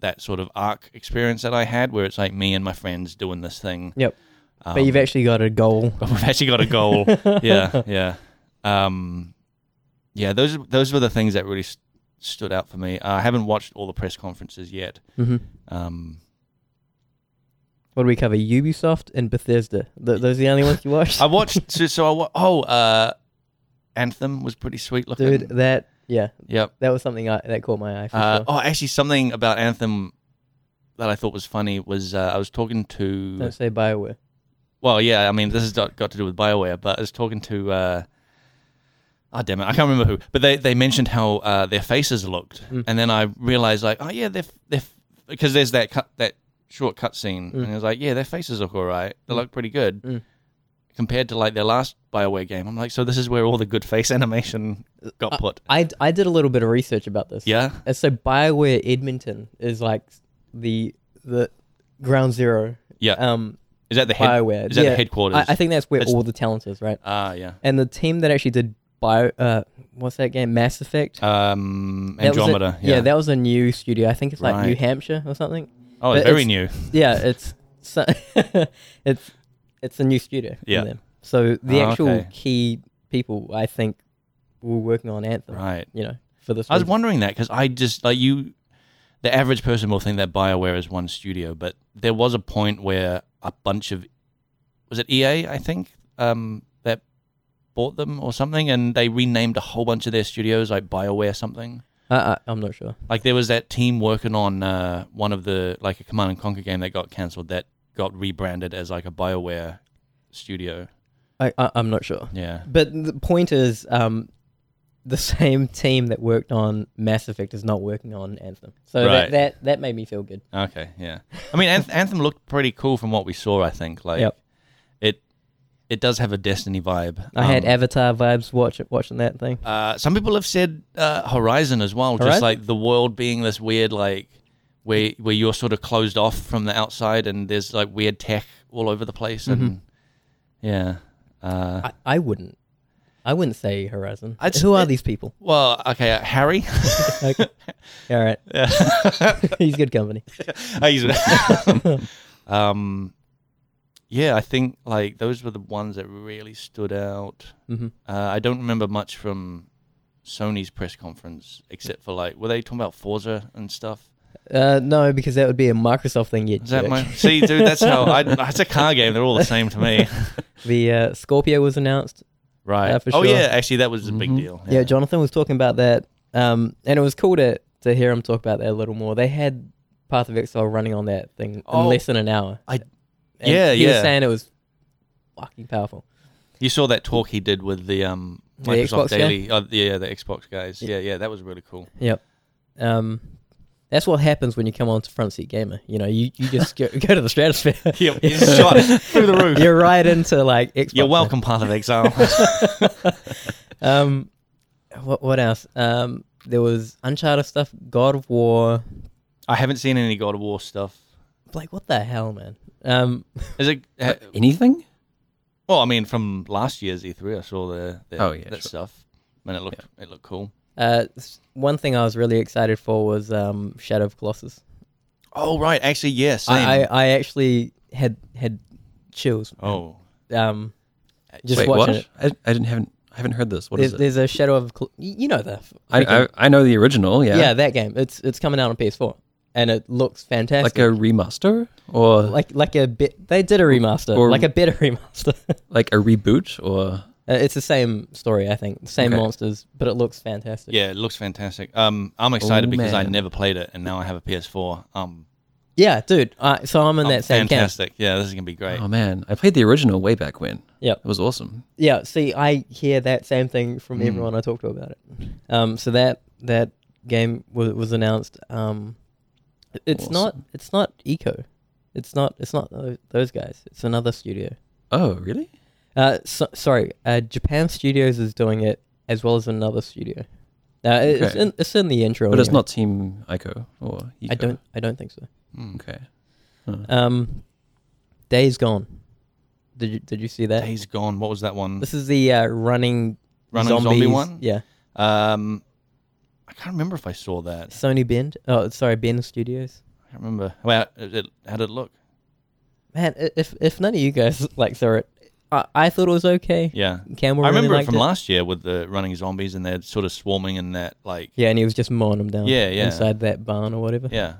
Speaker 2: that sort of arc experience that I had where it's like me and my friends doing this thing Um,
Speaker 1: Yep. but you've actually got a goal.
Speaker 2: but we've actually got a goal. yeah, yeah, um, yeah. Those those were the things that really st- stood out for me. I haven't watched all the press conferences yet.
Speaker 1: Mm-hmm.
Speaker 2: Um,
Speaker 1: What do we cover? Ubisoft and Bethesda. Th- those are the only ones you watched,
Speaker 2: I watched so, so I wa- oh uh, Anthem was pretty sweet looking.
Speaker 1: dude. That Yeah,
Speaker 2: Yep.
Speaker 1: that was something I, that caught my eye. For
Speaker 2: Uh,
Speaker 1: sure.
Speaker 2: Oh, actually, something about Anthem that I thought was funny was uh, I was talking to.
Speaker 1: Don't say Bioware.
Speaker 2: Well, yeah, I mean, this has got got to do with Bioware, but I was talking to. Uh, oh, damn it. I can't remember who. But they, they mentioned how uh, their faces looked.
Speaker 1: Mm. Mm-hmm.
Speaker 2: And then I realized, like, oh, yeah, they're. they're because there's that cut, that short cut scene. And it was like, yeah, their faces look all right. They look pretty good.
Speaker 1: Mm.
Speaker 2: Compared to, like, their last Bioware game. I'm like, so this is where all the good face animation got put.
Speaker 1: I, I did a little bit of research about this.
Speaker 2: yeah?
Speaker 1: And so Bioware Edmonton is like the the ground zero.
Speaker 2: Yeah.
Speaker 1: Um,
Speaker 2: Is that the head,
Speaker 1: Bioware.
Speaker 2: Is that
Speaker 1: yeah,
Speaker 2: the headquarters?
Speaker 1: I, I think that's where
Speaker 2: That's-
Speaker 1: all the talent is, right?
Speaker 2: Ah, yeah.
Speaker 1: And the team that actually did Bio, uh, what's that game? Mass Effect.
Speaker 2: Um,
Speaker 1: That was a-
Speaker 2: Andromeda. yeah.
Speaker 1: that was a new studio. I think it's like New
Speaker 2: Right.
Speaker 1: Hampshire or something.
Speaker 2: oh, it's
Speaker 1: but
Speaker 2: very
Speaker 1: it's-
Speaker 2: new.
Speaker 1: Yeah, it's so, it's it's a new studio. for
Speaker 2: Yeah.
Speaker 1: them. So the
Speaker 2: Ah,
Speaker 1: actual
Speaker 2: okay.
Speaker 1: key people, I think, were working on Anthem.
Speaker 2: Right.
Speaker 1: You know, for this.
Speaker 2: I was
Speaker 1: reason.
Speaker 2: wondering that because I just like you, the average person will think that Bioware is one studio, but there was a point where a bunch of, was it EA? I think um, that bought them or something, and they renamed a whole bunch of their studios like Bioware something.
Speaker 1: Uh, uh, I'm not sure.
Speaker 2: Like there was that team working on uh, one of the like a Command and Conquer game that got cancelled that got rebranded as like a Bioware studio.
Speaker 1: I, I I'm not sure.
Speaker 2: Yeah.
Speaker 1: But the point is, um, the same team that worked on Mass Effect is not working on Anthem. So that,
Speaker 2: Right.
Speaker 1: that that made me feel good.
Speaker 2: Okay, yeah. I mean, Anth- Anthem looked pretty cool from what we saw. I think like
Speaker 1: Yep.
Speaker 2: it, it does have a Destiny vibe.
Speaker 1: I had
Speaker 2: Um,
Speaker 1: Avatar vibes watch, watching that thing.
Speaker 2: uh, some people have said uh, Horizon as well, just
Speaker 1: Horizon?
Speaker 2: like the world being this weird like where where you're sort of closed off from the outside and there's like weird tech all over the place and
Speaker 1: Mm-hmm.
Speaker 2: yeah. Uh,
Speaker 1: I, I wouldn't. I wouldn't say Horizon.
Speaker 2: I'd s-
Speaker 1: Who are
Speaker 2: it-
Speaker 1: these people?
Speaker 2: well, okay, uh, Harry.
Speaker 1: Okay. All right. He's good company.
Speaker 2: I use it. um, yeah, I think like those were the ones that really stood out.
Speaker 1: Mhm.
Speaker 2: Uh, I don't remember much from Sony's press conference, except for like, were they talking about Forza and stuff?
Speaker 1: Uh, no, because that would be a Microsoft thing. Yet
Speaker 2: Is that my see, dude? That's how I. That's a car game. They're all the same to me,
Speaker 1: the uh, Scorpio was announced.
Speaker 2: right?
Speaker 1: Yeah, for
Speaker 2: oh
Speaker 1: sure. Mm-hmm.
Speaker 2: yeah, actually, that was a big deal.
Speaker 1: Yeah. Jonathan was talking about that, um, and it was cool to to hear him talk about that a little more. They had Path of Exile running on that thing in
Speaker 2: Oh,
Speaker 1: less than an hour.
Speaker 2: I-
Speaker 1: And
Speaker 2: yeah,
Speaker 1: he
Speaker 2: yeah.
Speaker 1: was saying it was fucking powerful.
Speaker 2: you saw that talk he did with the um
Speaker 1: The
Speaker 2: Microsoft
Speaker 1: Xbox guy?
Speaker 2: Daily. Uh, yeah, the Xbox guys. Yeah, yeah, that was really cool.
Speaker 1: Yep. Um, that's what happens when you come on to front seat gamer. You know, you, you just go, go to the stratosphere.
Speaker 2: Yep, you shot through the roof.
Speaker 1: You're right into like Xbox.
Speaker 2: You're welcome, Path of Exile.
Speaker 1: Um, what what else? Um, there was Uncharted stuff, God of War.
Speaker 2: I haven't seen any God of War stuff.
Speaker 1: Like what the hell, man? Um,
Speaker 2: Is it? ha-
Speaker 3: Anything?
Speaker 2: well, I mean, from last year's E3, I saw the, the
Speaker 3: Oh, yeah,
Speaker 2: that
Speaker 3: sure.
Speaker 2: stuff, and it looked it looked cool.
Speaker 1: uh, s- one thing I was really excited for was um Shadow of Colossus.
Speaker 2: Oh right, actually, yes.
Speaker 1: I, I I actually had had chills.
Speaker 2: oh,
Speaker 1: Um, just
Speaker 3: Wait,
Speaker 1: watching
Speaker 3: what?
Speaker 1: it.
Speaker 3: I, I didn't haven't I haven't heard this. What
Speaker 1: there's,
Speaker 3: is it?
Speaker 1: there's a Shadow of Col- y- you know the f-
Speaker 3: I, I
Speaker 1: freaking-
Speaker 3: I know the original. Yeah.
Speaker 1: yeah. that game. It's it's coming out on PS4 and it looks fantastic.
Speaker 3: Like a remaster or like,
Speaker 1: like like a bit they did a remaster
Speaker 3: Or-
Speaker 1: like a better remaster Uh,
Speaker 3: a reboot or
Speaker 1: it's the same story i think the same
Speaker 3: Okay.
Speaker 1: monsters but it looks fantastic
Speaker 2: yeah, it looks fantastic. Um, I'm excited
Speaker 3: Oh,
Speaker 2: because I
Speaker 3: man.
Speaker 2: never played it, and now I have a PS4. Um,
Speaker 1: yeah dude uh, so i'm in
Speaker 2: I'm
Speaker 1: that same camp
Speaker 2: fantastic. Yeah, this is gonna be great.
Speaker 3: oh man, I played the original way back when.
Speaker 1: Yep.
Speaker 3: It was awesome.
Speaker 1: yeah see i hear that same thing
Speaker 3: Hmm.
Speaker 1: from everyone i talk to about it um so that that game was, was announced um it's not it's not eco it's not it's not tho- those guys it's another studio
Speaker 3: Oh really?
Speaker 1: Uh, so, sorry, uh, Japan Studios is doing it as well as another studio. Uh, it- it's,
Speaker 3: Okay.
Speaker 1: in, it's in the intro,
Speaker 3: But it's
Speaker 1: anyway.
Speaker 3: not Team Ico or Ico.
Speaker 1: I don't. I don't think so.
Speaker 2: Hmm.
Speaker 3: Okay.
Speaker 1: Um, Days Gone. Did you Did you see that?
Speaker 2: Days Gone. What was that one?
Speaker 1: This is the uh, running
Speaker 2: Running zombie
Speaker 1: zombies-
Speaker 2: one?
Speaker 1: Yeah,
Speaker 2: Um, I can't remember if I saw that.
Speaker 1: Sony Bend. Oh, sorry, Bend Studios.
Speaker 2: I can't remember. Well, it, it, how did it look?
Speaker 1: Man, i- if if none of you guys like saw it, I, I thought it was okay.
Speaker 2: Yeah.
Speaker 1: Campbell.
Speaker 2: I
Speaker 1: really
Speaker 2: remember it
Speaker 1: liked
Speaker 2: from last year with the running zombies and they're sort of swarming in that like
Speaker 1: Yeah, and he was just mowing them down.
Speaker 2: Yeah, yeah.
Speaker 1: Inside that barn or whatever.
Speaker 2: yeah.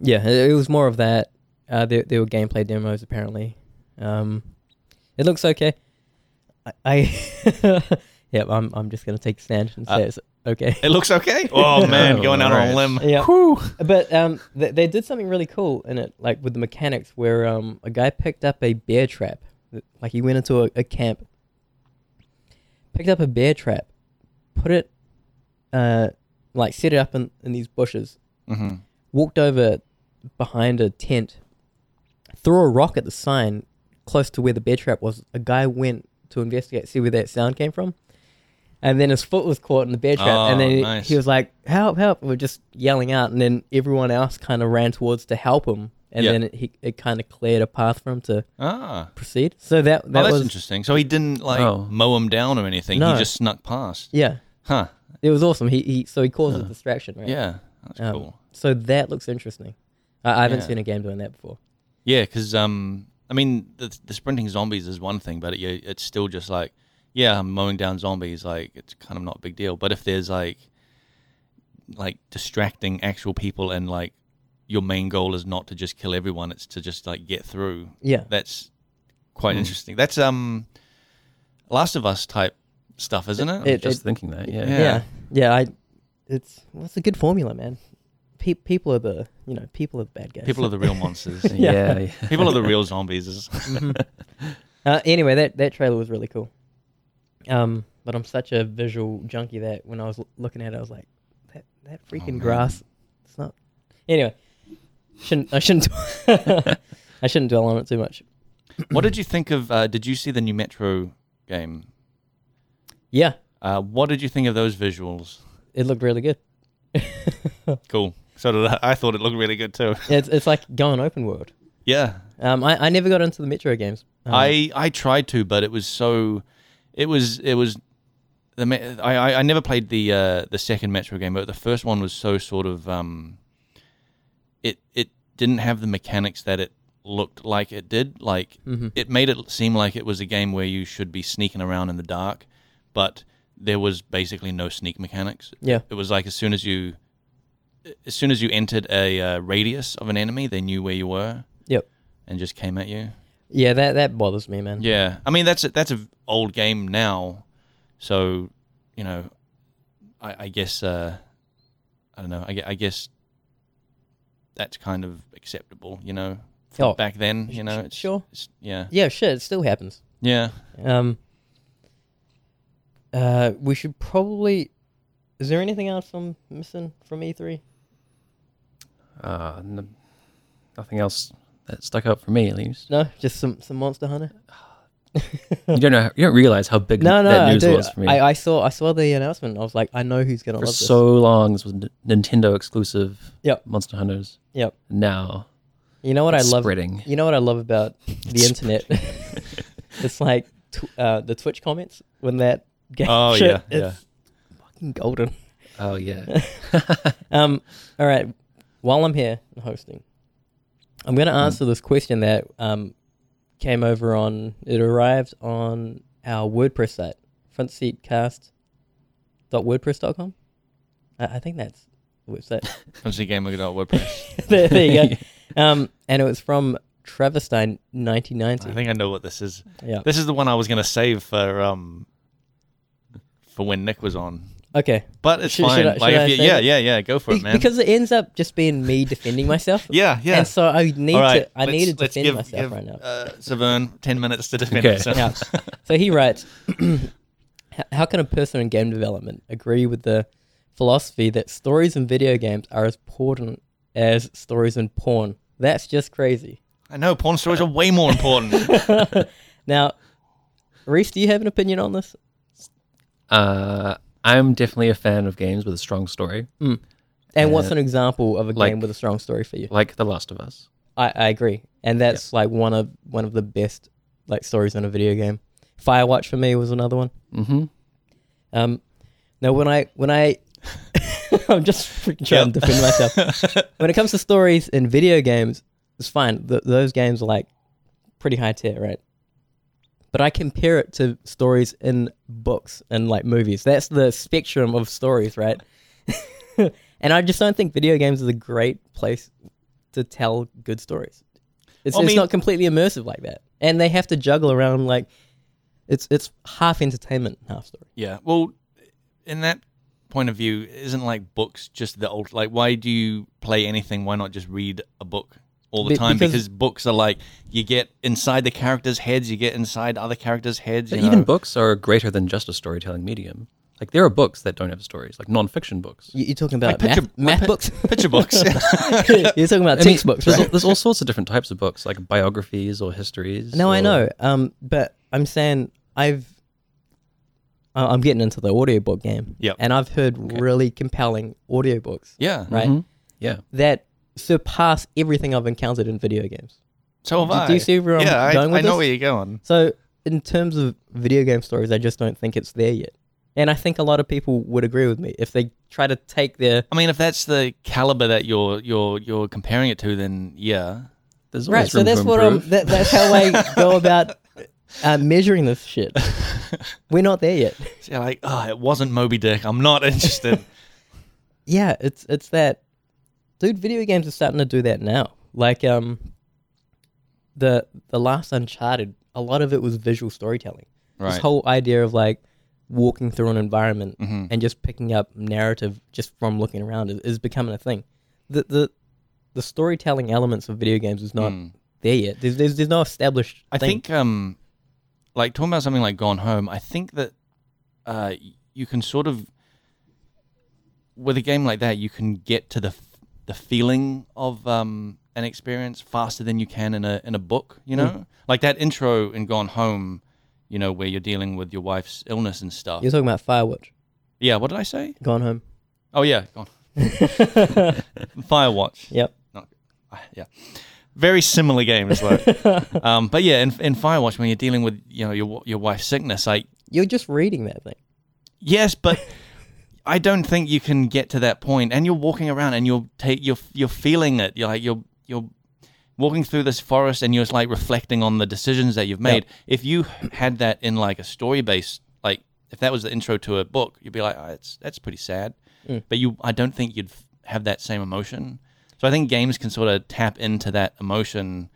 Speaker 1: Yeah, it, it was more of that. Uh, there, there were gameplay demos apparently. Um, it looks okay. I, I Yep, I'm I'm just gonna take a stand and say
Speaker 2: Uh,
Speaker 1: it's okay.
Speaker 2: It looks okay. Oh man, going out on a limb.
Speaker 1: Yeah.
Speaker 2: Whew.
Speaker 1: But um, they, they did something really cool in it, like with the mechanics, where um, a guy picked up a bear trap. Like he went into a, a camp, picked up a bear trap, put it, uh, like set it up in, in these bushes,
Speaker 2: Mhm.
Speaker 1: walked over behind a tent, threw a rock at the sign close to where the bear trap was. A guy went to investigate, see where that sound came from. And then his foot was caught in the bear trap. and
Speaker 2: Oh,
Speaker 1: then he,
Speaker 2: nice.
Speaker 1: he was like, help, help. We're just yelling out. And then everyone else kind of ran towards to help him. And
Speaker 2: Yeah.
Speaker 1: then it, he, it kind of cleared a path for him to
Speaker 2: Ah,
Speaker 1: proceed. So that,
Speaker 2: Oh,
Speaker 1: that
Speaker 2: that's
Speaker 1: was,
Speaker 2: interesting. So he didn't like
Speaker 3: Oh.
Speaker 2: mow him down or anything.
Speaker 1: No.
Speaker 2: He just snuck past.
Speaker 1: yeah,
Speaker 2: Huh?
Speaker 1: it was awesome. He, he So he caused a distraction, right?
Speaker 2: Yeah, that's
Speaker 1: Um,
Speaker 2: cool.
Speaker 1: So that looks interesting. I, I haven't
Speaker 2: Yeah.
Speaker 1: seen a game doing that before.
Speaker 2: Yeah, because um, I mean, the, the sprinting zombies is one thing, but it, yeah, it's still just like, yeah, I'm mowing down zombies. Like, it's kind of not a big deal. But if there's like, like distracting actual people and like your main goal is not to just kill everyone, it's to just like get through.
Speaker 1: Yeah.
Speaker 2: That's quite
Speaker 1: Hmm.
Speaker 2: interesting. That's um, Last of Us type stuff, isn't it?
Speaker 1: It-
Speaker 3: just thinking that. Yeah.
Speaker 2: Yeah.
Speaker 1: yeah, yeah. I, it's well, it's a good formula, man. Pe- people are the you know people are the bad guys.
Speaker 2: people are the real monsters.
Speaker 1: Yeah.
Speaker 3: Yeah, yeah.
Speaker 2: People are the real zombies. is-
Speaker 1: uh, anyway, that that trailer was really cool. Um, but I'm such a visual junkie that when I was l- looking at it, I was like, that that freaking
Speaker 2: Oh, man.
Speaker 1: grass. It's not. Anyway, shouldn't I shouldn't I shouldn't dwell on it too much.
Speaker 2: what did you think of? Uh, did you see the new Metro game?
Speaker 1: Yeah,
Speaker 2: Uh, what did you think of those visuals?
Speaker 1: it looked really good.
Speaker 2: Cool. So did I. I thought it looked really good too.
Speaker 1: It's it's like going open world.
Speaker 2: Yeah,
Speaker 1: Um, I, I never got into the Metro games. Um,
Speaker 2: I I tried to, but it was so, it was it was, the me- I I- I never played the uh, the second Metro game, but the first one was so sort of um, it it didn't have the mechanics that it looked like it did. Like it made it seem like it was a game where you should be sneaking around in the dark, but there was basically no sneak mechanics.
Speaker 1: yeah
Speaker 2: it was like as soon as you as soon as you entered a uh, radius of an enemy they knew where you were
Speaker 1: yep
Speaker 2: and just came at you
Speaker 1: yeah that that bothers me, man.
Speaker 2: yeah i mean that's a, that's an old game now so you know i, I guess uh, i don't know I, gue- I guess that's kind of acceptable you know from
Speaker 1: Oh,
Speaker 2: back then you know it's,
Speaker 1: sure.
Speaker 2: it's, yeah
Speaker 1: Yeah, shit, it still happens.
Speaker 2: yeah
Speaker 1: Um, uh, we should probably. Is there anything else I'm missing from E E3?
Speaker 3: Uh, n- nothing else that stuck out for me at least.
Speaker 1: No, just some, some Monster Hunter.
Speaker 3: You don't know. You don't realize how big
Speaker 1: No, no,
Speaker 3: that
Speaker 1: I
Speaker 3: news
Speaker 1: do.
Speaker 3: was for me.
Speaker 1: I, I saw I saw the announcement. I was like, I know who's gonna
Speaker 3: for
Speaker 1: love this.
Speaker 3: so long, this was N- Nintendo exclusive.
Speaker 1: Yep.
Speaker 3: Monster Hunters.
Speaker 1: Yep.
Speaker 3: Now,
Speaker 1: You know what
Speaker 3: it's
Speaker 1: I love.
Speaker 3: spreading.
Speaker 1: You know what I love about the internet. it's like tw- uh, the Twitch comments when that game.
Speaker 2: Oh,
Speaker 1: shit,
Speaker 2: yeah, yeah.
Speaker 1: it's Fucking golden.
Speaker 3: Oh yeah.
Speaker 1: Um, all right. While I'm here and hosting, I'm going to
Speaker 2: Hmm.
Speaker 1: answer this question that um, came over on, it arrived on our WordPress site, frontseatcast.wordpress.com. I, I think that's the website.
Speaker 2: fancy game at wordpress
Speaker 1: there, there you go. Um, and it was from Traverstein
Speaker 2: i
Speaker 1: 1990.
Speaker 2: think i know what this is
Speaker 1: Yeah.
Speaker 2: this is the one i was going to save for um for when nick was on
Speaker 1: Okay.
Speaker 2: But it's
Speaker 1: Should- should
Speaker 2: fine.
Speaker 1: I-
Speaker 2: like,
Speaker 1: should I
Speaker 2: if you,
Speaker 1: say
Speaker 2: yeah,
Speaker 1: that?
Speaker 2: yeah, yeah. Go for
Speaker 1: Be-
Speaker 2: it, man.
Speaker 1: because it ends up just being me defending myself.
Speaker 2: yeah, yeah.
Speaker 1: And so I need
Speaker 2: All right,
Speaker 1: to, I
Speaker 2: let's-
Speaker 1: need to
Speaker 2: let's
Speaker 1: defend
Speaker 2: give-
Speaker 1: myself
Speaker 2: give,
Speaker 1: right now.
Speaker 2: Uh, Severn, ten minutes to defend
Speaker 3: Okay.
Speaker 2: himself.
Speaker 1: Yeah. So he writes, "H- how can a person in game development agree with the philosophy that stories in video games are as important as stories in porn? That's just crazy.
Speaker 2: I know porn stories are way more important.
Speaker 1: Now, Reese, do you have an opinion on this?
Speaker 3: uh, I'm definitely a fan of games with a strong story,
Speaker 1: And what's an example of a
Speaker 3: like-
Speaker 1: game with a strong story for you?
Speaker 3: like The Last of Us.
Speaker 1: I, I agree, and that's like one of one of the best like stories in a video game. Firewatch for me was another one.
Speaker 3: Mm-hmm.
Speaker 1: Um, now when I when I I'm just freaking trying to defend myself. when it comes to stories in video games, it's fine. Th- those games are like pretty high tier, right? But I compare it to stories in books and like movies. That's the spectrum of stories, right? and I just don't think video games is a great place to tell good stories. It's,
Speaker 2: Well, I
Speaker 1: it's
Speaker 2: mean-
Speaker 1: not completely immersive like that, and they have to juggle around like It's it's half entertainment, half story.
Speaker 2: Yeah. Well, in that point of view, isn't like books just the old? Like, why do you play anything? Why not just read a book all the
Speaker 1: Be-
Speaker 2: time?
Speaker 1: because-
Speaker 2: Because, books are like you get inside the characters' heads, you get inside other characters' heads.
Speaker 3: But
Speaker 2: you
Speaker 3: even
Speaker 2: know.
Speaker 3: books are greater than just a storytelling medium. Like there are books that don't have stories, like nonfiction books.
Speaker 1: You- You're talking about
Speaker 2: picture-
Speaker 1: math, math
Speaker 2: like
Speaker 1: books.
Speaker 2: picture books.
Speaker 1: You're talking about
Speaker 3: I mean,
Speaker 1: textbooks,
Speaker 3: there's,
Speaker 1: right?
Speaker 3: all, there's all sorts of different types of books, like biographies or histories.
Speaker 1: No, I
Speaker 3: or-
Speaker 1: know. Um, but I'm saying I've I- I'm getting into the audiobook game.
Speaker 2: Yep.
Speaker 1: And I've heard really compelling audiobooks
Speaker 2: yeah.
Speaker 1: Right.
Speaker 3: Mhm. Yeah.
Speaker 1: that surpass everything I've encountered in video games.
Speaker 2: So have
Speaker 1: Do-
Speaker 2: I.
Speaker 1: do you see where I'm
Speaker 2: yeah, I,
Speaker 1: going with
Speaker 2: I know
Speaker 1: this?
Speaker 2: where you're going.
Speaker 1: So in terms of video game stories, I just don't think it's there yet. And I think a lot of people would agree with me if they try to take their
Speaker 2: I mean, if that's the caliber that you're you're you're comparing it to, then yeah.
Speaker 3: There's always
Speaker 1: right. So
Speaker 3: room
Speaker 1: that's
Speaker 3: for
Speaker 1: what I'm.
Speaker 3: improve.
Speaker 1: That, that's how I go about uh, measuring this shit. We're not there yet.
Speaker 2: So you're like, oh, it wasn't Moby Dick. I'm not interested.
Speaker 1: yeah, it's it's that dude, video games are starting to do that now. Like um the the last Uncharted, a lot of it was visual storytelling. This
Speaker 2: Right. Mm-hmm.
Speaker 1: whole idea of like walking through an environment and just picking up narrative just from looking around is, is becoming a thing. The the the storytelling elements of video games is not there yet. There's, there's there's no established
Speaker 2: Mm. I
Speaker 1: thing.
Speaker 2: think, um, like talking about something like Gone Home, I think that uh, y- you can sort of with a game like that, you can get to the f- the feeling of um, an experience faster than you can in a in a book. You know, like that intro in Gone Home, you know, where you're dealing with your wife's illness and stuff.
Speaker 1: You're talking about Firewatch.
Speaker 2: Yeah. What did I say?
Speaker 1: Gone home.
Speaker 2: Oh yeah, Gone. Firewatch.
Speaker 1: Yep.
Speaker 2: not uh, yeah very similar games though um but yeah in, in firewatch when you're dealing with you know your your wife's sickness like
Speaker 1: You're just reading that thing.
Speaker 2: yes but i don't think you can get to that point and you're walking around and you're take you're you're feeling it you're like you're you're walking through this forest and you're just like reflecting on the decisions that you've made if you had that in like a story based like if that was the intro to a book you'd be like oh, it's that's pretty sad but you i don't think you'd f- have that same emotion so i think games can sort of tap into that emotion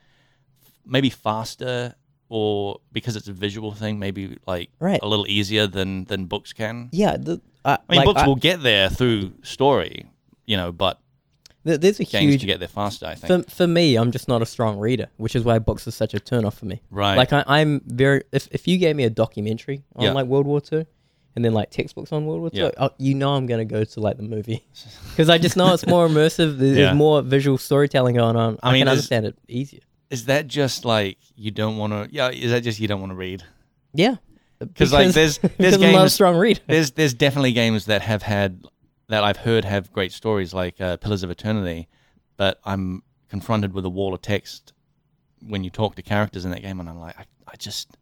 Speaker 2: maybe faster or because it's a visual thing maybe like
Speaker 1: Right.
Speaker 2: a little easier than than books can
Speaker 1: Yeah. The, I,
Speaker 2: i mean
Speaker 1: like,
Speaker 2: books
Speaker 1: I-
Speaker 2: will get there through story you know but
Speaker 1: th- there's a
Speaker 2: games
Speaker 1: huge
Speaker 2: can get there faster i think
Speaker 1: for, for me, I'm just not a strong reader, which is why books are such a turnoff for me.
Speaker 2: Right.
Speaker 1: Like I, I'm very. If, if you gave me a documentary on
Speaker 2: Yeah.
Speaker 1: like World War Two, and then like textbooks on World War Two,
Speaker 2: Yeah.
Speaker 1: you know I'm gonna go to like the movie because I just know it's more immersive. There's
Speaker 2: Yeah.
Speaker 1: more visual storytelling going on. I,
Speaker 2: mean,
Speaker 1: can
Speaker 2: there's-
Speaker 1: understand it easier.
Speaker 2: is that just like you don't want to yeah is that just you don't want to read
Speaker 1: Yeah.
Speaker 2: like, there's- there's
Speaker 1: because I'm not a
Speaker 2: games-
Speaker 1: strong reader.
Speaker 2: there's there's definitely games that have had that I've heard have great stories like uh, Pillars of Eternity, but I'm confronted with a wall of text when you talk to characters in that game, and I'm like, I, I just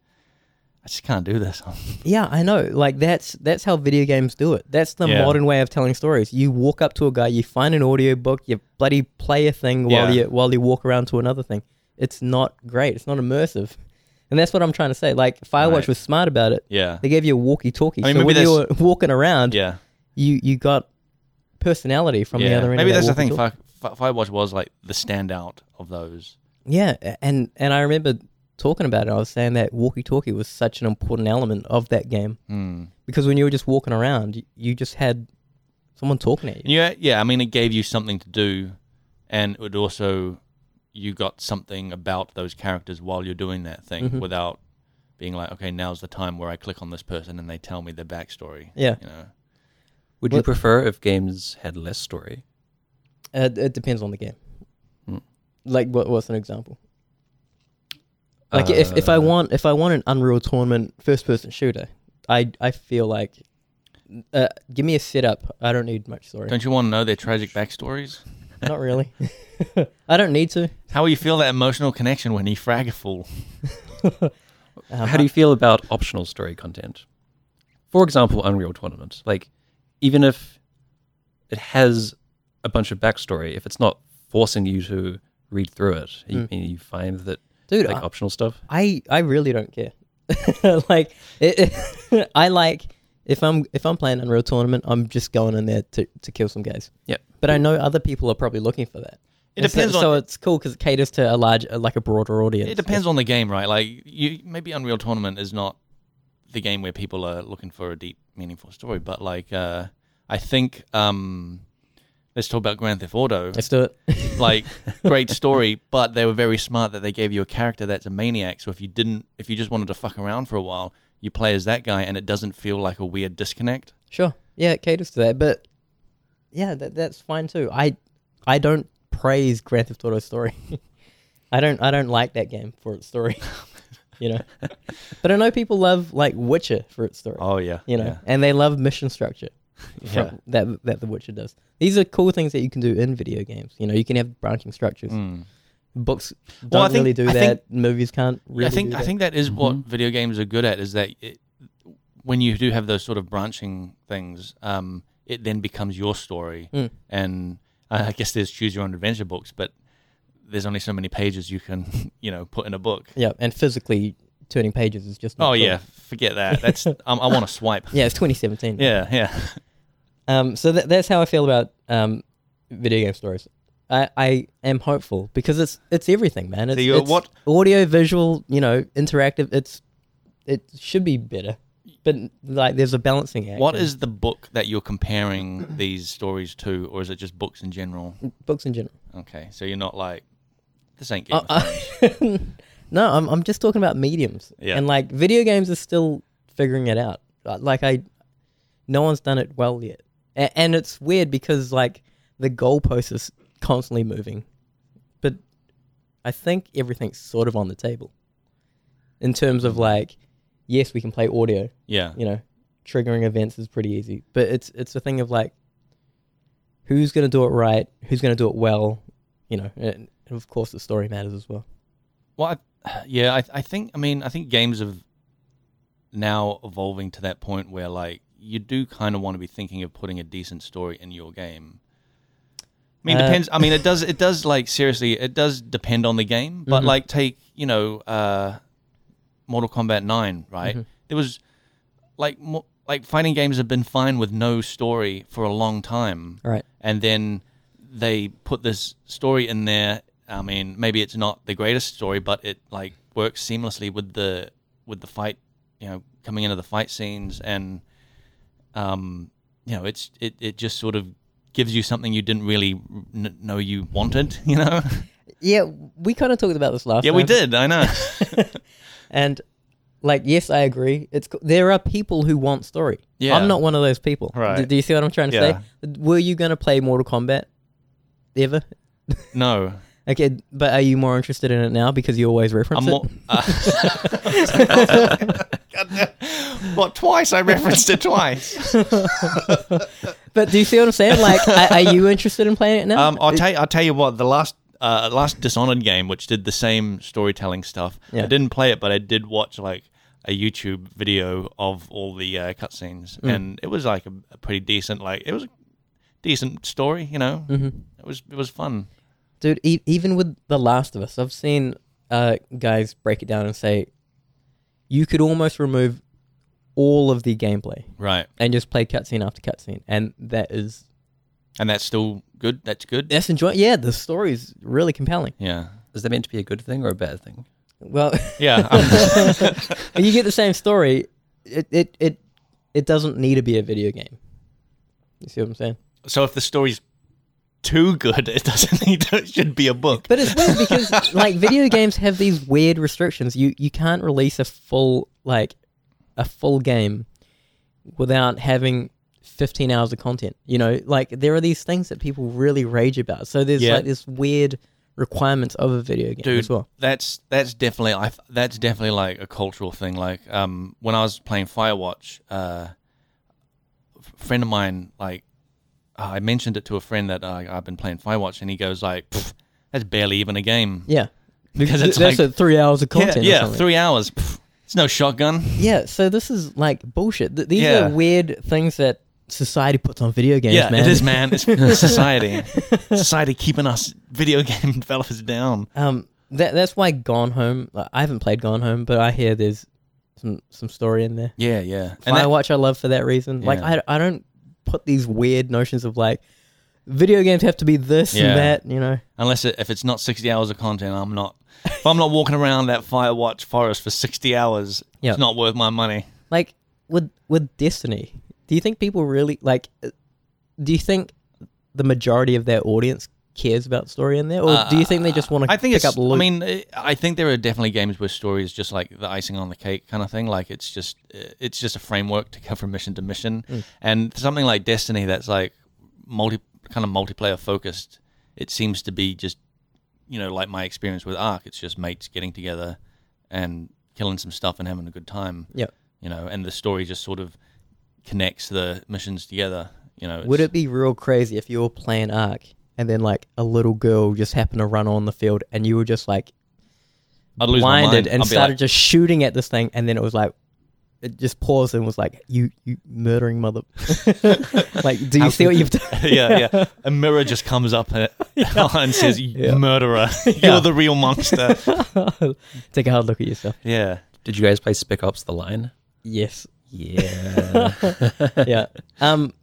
Speaker 2: I just can't do this.
Speaker 1: Yeah, I know. Like that's that's how video games do it. That's the
Speaker 2: Yeah.
Speaker 1: modern way of telling stories. You walk up to a guy, you find an audiobook, you bloody play a thing while
Speaker 2: Yeah.
Speaker 1: you while you walk around to another thing. It's not great. It's not immersive. And that's what I'm trying to say. Like Firewatch
Speaker 2: Right.
Speaker 1: was smart about it.
Speaker 2: yeah,
Speaker 1: They gave you a walkie-talkie.
Speaker 2: I mean,
Speaker 1: so
Speaker 2: maybe
Speaker 1: when you were
Speaker 2: that's-
Speaker 1: walking around,
Speaker 2: yeah,
Speaker 1: you you got personality from the
Speaker 2: yeah.
Speaker 1: other end.
Speaker 2: Maybe
Speaker 1: of that
Speaker 2: that's the thing.
Speaker 1: walkie-talkie.
Speaker 2: Fi Fi- Firewatch was like the standout of those.
Speaker 1: Yeah, a- and and I remember talking about it. I was saying that walkie-talkie was such an important element of that game
Speaker 2: Hmm.
Speaker 1: because when you were just walking around, you, you just had someone talking at you.
Speaker 2: Yeah, yeah. I mean, it gave you something to do, and it also you got something about those characters while you're doing that thing
Speaker 1: Mm-hmm.
Speaker 2: without being like, okay, now's the time where I click on this person and they tell me their backstory.
Speaker 1: Yeah.
Speaker 2: You know,
Speaker 3: Would you
Speaker 1: What-
Speaker 3: prefer if games had less story?
Speaker 1: Uh, it depends on the game.
Speaker 3: Hmm.
Speaker 1: Like, what, what's an example? Like, if, if I
Speaker 3: Uh,
Speaker 1: want if I want an Unreal Tournament first person shooter, I I feel like uh, give me a setup. I don't need much story.
Speaker 2: don't you want to know their tragic backstories?
Speaker 1: Not really. I don't need to.
Speaker 2: How will you feel that emotional connection when you frag a fool?
Speaker 3: How do you feel about optional story content? For example, Unreal Tournament. Like, even if it has a bunch of backstory, if it's not forcing you to read through it,
Speaker 1: Hmm.
Speaker 3: you, you find that
Speaker 1: Dude,
Speaker 3: like
Speaker 1: I-
Speaker 3: optional stuff.
Speaker 1: I I really don't care. like, it, it- I like if I'm if I'm playing Unreal Tournament, I'm just going in there to to kill some guys.
Speaker 3: Yeah,
Speaker 1: But I know other people are probably looking for that.
Speaker 2: It
Speaker 1: And so-
Speaker 2: depends
Speaker 1: so,
Speaker 2: on-
Speaker 1: it's cool because it caters to a large, uh, like a broader audience.
Speaker 2: It depends on the game, right? Like you, maybe Unreal Tournament is not the game where people are looking for a deep, meaningful story. But like, uh, I think um, let's talk about Grand Theft Auto.
Speaker 1: Let's do it.
Speaker 2: like, great story, but they were very smart that they gave you a character that's a maniac. So if you didn't, if you just wanted to fuck around for a while, you play as that guy, and it doesn't feel like a weird disconnect.
Speaker 1: Sure. Yeah, it caters to that, but yeah, that that's fine too. I I don't praise Grand Theft Auto story. I don't I don't like that game for its story. you know. But I know people love like Witcher for its story.
Speaker 2: Oh yeah,
Speaker 1: you know,
Speaker 2: yeah.
Speaker 1: and they love mission structure. from-
Speaker 2: Yeah.
Speaker 1: That that the Witcher does. These are cool things that you can do in video games. You know, you can have branching structures.
Speaker 2: Mm.
Speaker 1: Books don't
Speaker 2: Well, I think-
Speaker 1: really do
Speaker 2: I
Speaker 1: that. Movies can't really
Speaker 2: I think
Speaker 1: do
Speaker 2: I
Speaker 1: that.
Speaker 2: think that is what video games are good at is that it, when you do have those sort of branching things, um, it then becomes your story.
Speaker 1: Mm.
Speaker 2: And I I guess there's choose your own adventure books, but there's only so many pages you can you know put in a book.
Speaker 1: Yeah, and physically turning pages is just not
Speaker 2: Oh
Speaker 1: cool.
Speaker 2: yeah, forget that. That's um, I want to swipe.
Speaker 1: Yeah, it's 2017.
Speaker 2: Yeah, yeah.
Speaker 1: Um, so tha that's how I feel about um, video game stories. I, I am hopeful because it's it's everything, man. It's,
Speaker 2: you're
Speaker 1: it's
Speaker 2: what-
Speaker 1: audio, visual, you know, interactive. It's it should be better, but like there's a balancing act.
Speaker 2: What
Speaker 1: and
Speaker 2: is the book that you're comparing these stories to, or is it just books in general?
Speaker 1: books in general?
Speaker 2: Okay, so you're not like this ain't Game
Speaker 1: Uh,
Speaker 2: of
Speaker 1: uh, no, I'm I'm just talking about mediums.
Speaker 2: Yeah.
Speaker 1: And like video games are still figuring it out. Uh, Like I no one's done it well yet. A- and it's weird because like the goalpost is constantly moving. But I think everything's sort of on the table. In terms of like yes, we can play audio,
Speaker 2: Yeah,
Speaker 1: you know, triggering events is pretty easy. But it's it's a thing of like who's going to do it right, who's going to do it well, you know, and and of course the story matters as well.
Speaker 2: Well, I, yeah, I, I think I mean I think games have now evolving to that point where like you do kind of want to be thinking of putting a decent story in your game. I mean, it
Speaker 1: Uh,
Speaker 2: depends. I mean, it does. It does like seriously. It does depend on the game. But like, take you know, uh, Mortal Kombat Nine. Right? There was like mo- like fighting games have been fine with no story for a long time
Speaker 1: All right.
Speaker 2: and then they put this story in there. I mean, maybe it's not the greatest story, but it like works seamlessly with the with the fight, you know, coming into the fight scenes, and um, you know, it's it it just sort of gives you something you didn't really n- know you wanted, you know.
Speaker 1: Yeah, we kind of talked about this last.
Speaker 2: yeah, we
Speaker 1: time,
Speaker 2: did. I know.
Speaker 1: And like, yes, I agree. It's co- there are people who want story.
Speaker 2: Yeah.
Speaker 1: I'm not one of those people.
Speaker 2: Right.
Speaker 1: Do, do you see what I'm trying to
Speaker 2: Yeah.
Speaker 1: say? Were you going to play Mortal Kombat ever?
Speaker 2: no,
Speaker 1: Okay, but are you more interested in it now because you always reference
Speaker 2: I'm
Speaker 1: it?
Speaker 2: more. what twice? I referenced it twice.
Speaker 1: but do you see what I'm saying? Like, are, are you interested in playing it now?
Speaker 2: Um, I'll tell you, I'll tell you what the last uh, last Dishonored game, which did the same storytelling stuff.
Speaker 1: Yeah.
Speaker 2: I didn't play it, but I did watch like a YouTube video of all the uh, cutscenes,
Speaker 1: Mm.
Speaker 2: and it was like a, a pretty decent like it was a decent story. You know,
Speaker 1: Mm-hmm.
Speaker 2: it was it was fun.
Speaker 1: dude e- even with the last of us i've seen uh, guys break it down and say you could almost remove all of the gameplay
Speaker 2: Right,
Speaker 1: and just play cutscene after cutscene and that is
Speaker 2: and that's still good. That's good.
Speaker 1: that's enjoy yeah the story is really compelling
Speaker 2: Yeah,
Speaker 3: Is that meant to be a good thing or a bad thing?
Speaker 1: well
Speaker 2: yeah. I'm-
Speaker 1: you get the same story it, it it it doesn't need to be a video game you see what i'm saying
Speaker 2: so if the story's too good, it doesn't need. To, it should be a book.
Speaker 1: But it's weird because like video games have these weird restrictions. You you can't release a full like a full game without having 15 hours of content. You know, like there are these things that people really rage about. So there's
Speaker 2: Yeah.
Speaker 1: like this weird requirements of a video game
Speaker 2: dude
Speaker 1: as well.
Speaker 2: that's that's definitely I th- that's definitely like a cultural thing like um when i was playing firewatch uh a friend of mine like i mentioned it to a friend that uh, i've been playing firewatch and he goes like "Pff, that's barely even a game
Speaker 1: Yeah. Because
Speaker 2: it's
Speaker 1: that's
Speaker 2: like-
Speaker 1: a three hours of
Speaker 2: yeah,
Speaker 1: content. or
Speaker 2: yeah,
Speaker 1: something.
Speaker 2: three hours Pff, it's no shotgun
Speaker 1: Yeah, so this is like bullshit. Th- these
Speaker 2: Yeah.
Speaker 1: are weird things that society puts on video games,
Speaker 2: yeah
Speaker 1: man.
Speaker 2: it is man it's society society keeping us video game developers down
Speaker 1: Um, that that's why Gone Home. like, I haven't played Gone Home, but I hear there's some some story in there.
Speaker 2: yeah yeah and that-
Speaker 1: Firewatch, I love for that reason. Like
Speaker 2: Yeah.
Speaker 1: I, I don't put these weird notions of like video games have to be this
Speaker 2: Yeah.
Speaker 1: and that. You know,
Speaker 2: Unless it, if it's not sixty hours of content, I'm not. If I'm not walking around that Firewatch forest for sixty hours,
Speaker 1: Yeah.
Speaker 2: it's not worth my money.
Speaker 1: Like with with Destiny, do you think people really like? uh, Do you think the majority of their audience cares about story in there, or do you think they just want to?
Speaker 2: Uh, I think
Speaker 1: pick
Speaker 2: it's.
Speaker 1: up loot?
Speaker 2: I mean, uh, I think there are definitely games where story is just like the icing on the cake kind of thing. Like it's just uh, it's just a framework to go from mission to mission,
Speaker 1: Hmm.
Speaker 2: and something like Destiny that's like multi kind of multiplayer focused. It seems to be just you know like my experience with Ark. It's just mates getting together and killing some stuff and having a good time.
Speaker 1: yeah.
Speaker 2: You know, and the story just sort of connects the missions together. You know,
Speaker 1: Would
Speaker 2: it's-
Speaker 1: it be real crazy if you were playing Ark and then like a little girl just happened to run on the field and you were just like
Speaker 2: I'd lose my
Speaker 1: blinded
Speaker 2: mind.
Speaker 1: and
Speaker 2: I'd be
Speaker 1: started
Speaker 2: like,
Speaker 1: just shooting at this thing and then it was like it just paused and was like you you murdering mother like do you see what you've done
Speaker 2: yeah, yeah. A mirror just comes up and, and says, "Murderer,
Speaker 1: Yeah.
Speaker 2: you're the real monster."
Speaker 1: take a hard look at yourself
Speaker 2: yeah,
Speaker 3: Did you guys play Spec Ops: The Line?
Speaker 1: yes
Speaker 3: Yeah.
Speaker 1: yeah um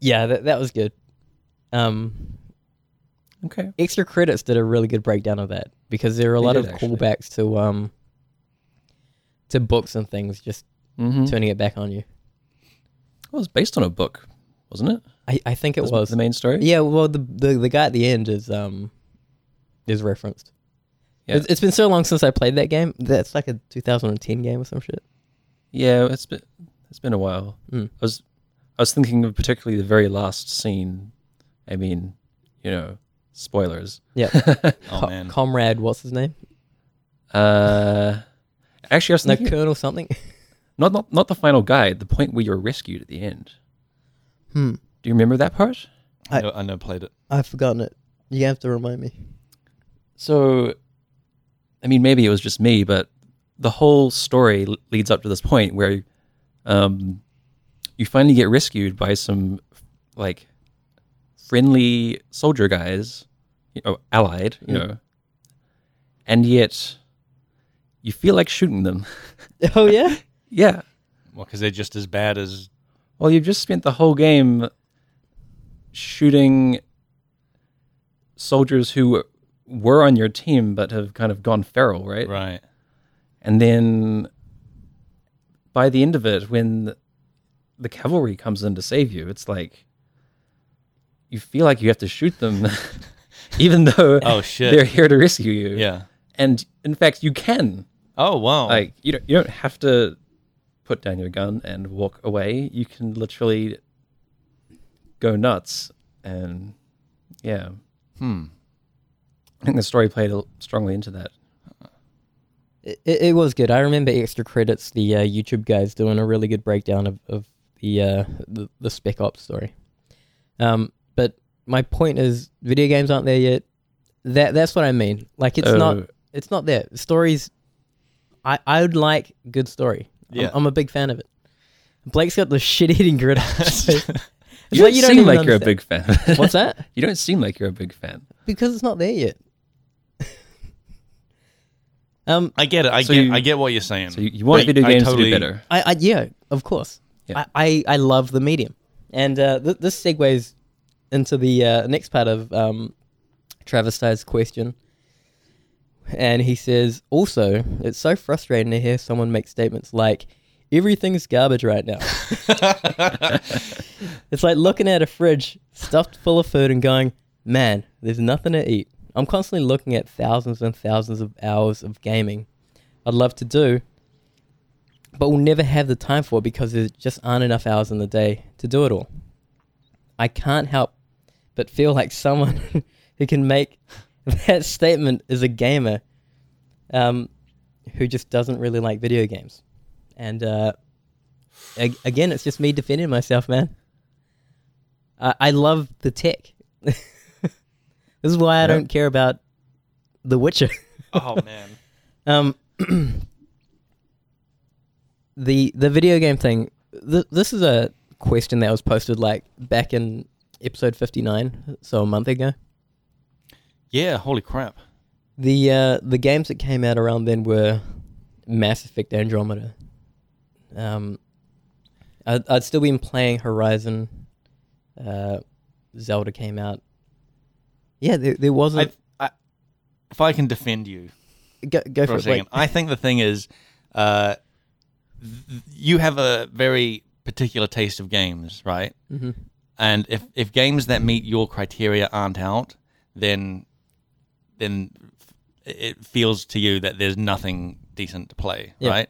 Speaker 1: yeah that, that was good um
Speaker 3: okay.
Speaker 1: extra credits did a really good breakdown of that because there are a
Speaker 3: They
Speaker 1: lot
Speaker 3: did,
Speaker 1: of
Speaker 3: actually.
Speaker 1: callbacks to um to books and things just
Speaker 3: Mm-hmm.
Speaker 1: turning it back on you
Speaker 3: It was based on a book, wasn't it?
Speaker 1: i, I think it
Speaker 3: That's
Speaker 1: was
Speaker 3: the main story.
Speaker 1: Yeah, well, the, the the guy at the end is um is referenced.
Speaker 3: Yeah.
Speaker 1: It's- it's been so long since I played that game. That's like a 2010 game or some shit.
Speaker 3: Yeah, it's been it's been a while.
Speaker 1: Mm.
Speaker 3: I was I was thinking of particularly the very last scene. I mean, you know, spoilers.
Speaker 1: Yeah,
Speaker 2: oh man,
Speaker 1: comrade, what's his name?
Speaker 3: Uh, actually, I was
Speaker 1: No,
Speaker 3: thinking
Speaker 1: Colonel something.
Speaker 3: not, not not the final guy. The point where you're rescued at the end.
Speaker 1: Hmm.
Speaker 3: Do you remember that part?
Speaker 2: I, know, I know, played it.
Speaker 1: I've forgotten it. You have to remind me.
Speaker 3: So, I mean, maybe it was just me, but the whole story l- leads up to this point where um, you finally get rescued by some like friendly soldier guys, you know, allied, you know, and yet you feel like shooting them.
Speaker 1: Oh yeah,
Speaker 3: yeah.
Speaker 2: Well, because they're just as bad as
Speaker 3: Well, you've just spent the whole game shooting soldiers who were on your team but have kind of gone feral, right?
Speaker 2: right.
Speaker 3: And then by the end of it, when the cavalry comes in to save you, it's like you feel like you have to shoot them, even though
Speaker 2: Oh, shit.
Speaker 3: they're here to rescue you.
Speaker 2: Yeah.
Speaker 3: And in fact, you can.
Speaker 2: Oh wow.
Speaker 3: Like you don't you don't have to put down your gun and walk away. You can literally go nuts and yeah.
Speaker 2: hmm.
Speaker 3: I think the story played a- strongly into that.
Speaker 1: it, it it was good. I remember extra credits. The uh, YouTube guys doing a really good breakdown of of the uh, the, the Spec Ops story. Um, but my point is, video games aren't there yet. That that's what I mean. Like it's not
Speaker 3: Oh.
Speaker 1: it's not there. Stories, I I would like good story. I'm-
Speaker 2: Yeah.
Speaker 1: I'm, a big fan of it. Blake's got the shit eating grit. on his face. It's
Speaker 3: You
Speaker 1: like
Speaker 3: don't seem
Speaker 1: even
Speaker 3: like you're a
Speaker 1: understand.
Speaker 3: big fan.
Speaker 1: What's that?
Speaker 3: You don't seem like you're a big fan.
Speaker 1: Because it's not there yet. um,
Speaker 2: I get it. I
Speaker 3: So
Speaker 2: get.
Speaker 3: you-
Speaker 2: I get what you're saying.
Speaker 3: So you, you want
Speaker 2: But
Speaker 3: video
Speaker 2: I
Speaker 3: games
Speaker 2: totally-
Speaker 3: to do better.
Speaker 1: I, I yeah, of course.
Speaker 3: Yeah.
Speaker 1: I, I I love the medium, and uh, th- this segues into the uh, next part of um, Travis Ty's question. And he says, also, it's so frustrating to hear someone make statements like, everything's garbage right now. it's like looking at a fridge stuffed full of food and going, man, there's nothing to eat. I'm constantly looking at thousands and thousands of hours of gaming I'd love to do, but we'll never have the time for it because there just aren't enough hours in the day to do it all. I can't help but feel like someone who can make that statement is a gamer um, who just doesn't really like video games. And uh, ag- again, it's just me defending myself, man. I, I love the tech. this is why I
Speaker 3: Yep.
Speaker 1: don't care about The Witcher.
Speaker 2: oh man.
Speaker 1: Um, the the video game thing. Th- this is a question that was posted like back in episode fifty nine, so a month ago.
Speaker 2: Yeah. Holy crap.
Speaker 1: The uh, the games that came out around then were Mass Effect Andromeda. Um, I'd, I'd still been playing Horizon. Uh, Zelda came out. Yeah, there, there
Speaker 2: I,
Speaker 1: wasn't.
Speaker 2: I, if I can defend you,
Speaker 1: go go
Speaker 2: for
Speaker 1: for it.
Speaker 2: a
Speaker 1: Wait.
Speaker 2: second. I think the thing is, uh, you have a very particular taste of games, right? Mm-hmm. And if if games that meet your criteria aren't out, then then it feels to you that there's nothing decent to play,
Speaker 1: Yeah.
Speaker 2: right?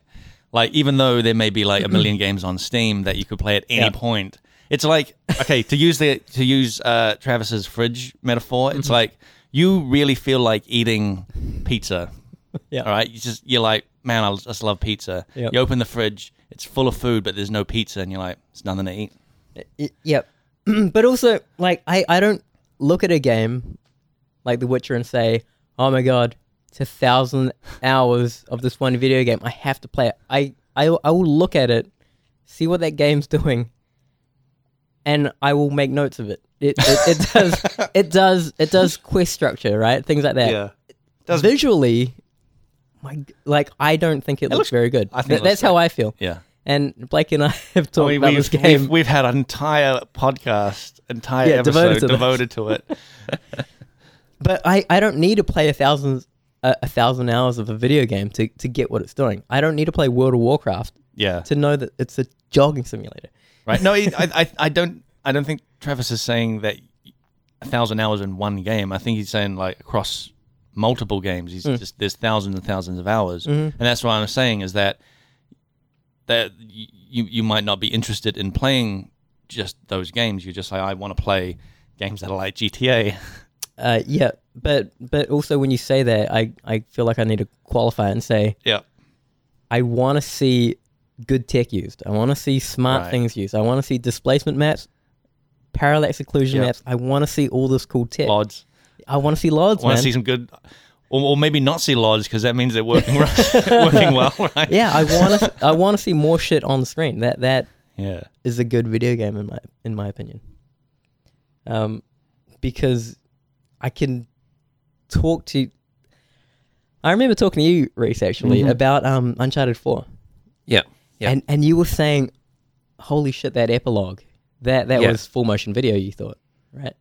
Speaker 2: Like even though there may be like a million games on Steam that you could play at any
Speaker 1: Yeah.
Speaker 2: point, it's like okay to use the to use uh, Travis's fridge metaphor.
Speaker 1: Mm-hmm.
Speaker 2: It's like you really feel like eating pizza.
Speaker 1: Yeah.
Speaker 2: All right. You just you're like, man, I just love pizza.
Speaker 1: Yep.
Speaker 2: You open the fridge, it's full of food, but there's no pizza, and you're like, it's nothing to eat.
Speaker 1: Y- Yep. but also, like, I, I don't look at a game like The Witcher and say, oh my god, it's a thousand hours of this one video game. I have to play it. I, I, I will look at it, see what that game's doing, and I will make notes of it. It, it, it does it does it does quest structure right things like that.
Speaker 2: Does-
Speaker 1: Visually, my g- like I don't think it, looks,
Speaker 2: looks-
Speaker 1: very good.
Speaker 2: I think it
Speaker 1: Th-
Speaker 2: looks
Speaker 1: that's how I feel.
Speaker 2: Yeah.
Speaker 1: And Blake and I have talked
Speaker 2: we,
Speaker 1: about
Speaker 2: we've,
Speaker 1: this game.
Speaker 2: we've we've had an entire podcast, entire
Speaker 1: Yeah,
Speaker 2: episode
Speaker 1: devoted
Speaker 2: devoted
Speaker 1: to
Speaker 2: to,
Speaker 1: that.
Speaker 2: it.
Speaker 1: But I, I don't need to play a thousand a, a thousand hours of a video game to, to get what it's doing. I don't need to play World of Warcraft
Speaker 2: Yeah.
Speaker 1: to know that it's a jogging simulator.
Speaker 2: right. No, I, I I don't I don't think Travis is saying that a thousand hours in one game. I think he's saying like across multiple games. He's
Speaker 1: Hmm.
Speaker 2: just there's thousands and thousands of hours,
Speaker 1: Mm-hmm.
Speaker 2: and that's what I'm saying is that that y- you you might not be interested in playing just those games. You're just like I want to play games that are like GTA.
Speaker 1: Uh, yeah, but but also when you say that, I, I feel like I need to qualify and say
Speaker 2: Yeah.
Speaker 1: I want to see good tech used. I want to see smart
Speaker 2: Right.
Speaker 1: things used. I want to see displacement maps, parallax occlusion
Speaker 2: Yep.
Speaker 1: maps. I want to see all this cool tech.
Speaker 2: Lods.
Speaker 1: I want to see lods,
Speaker 2: Want
Speaker 1: man.
Speaker 2: to see some good. Or, or maybe not see lods because that means they're working right, working well, right?
Speaker 1: yeah, I want to I want to see more shit on the screen. That that
Speaker 2: yeah,
Speaker 1: is a good video game in my in my opinion. Um, because I can talk to. I remember talking to you, Reese, actually, about um Uncharted Four,
Speaker 3: Yeah. Mm-hmm. Yeah.
Speaker 1: and and you were saying, "Holy shit, that epilogue! That that
Speaker 3: Yeah.
Speaker 1: was full motion video." You thought, right?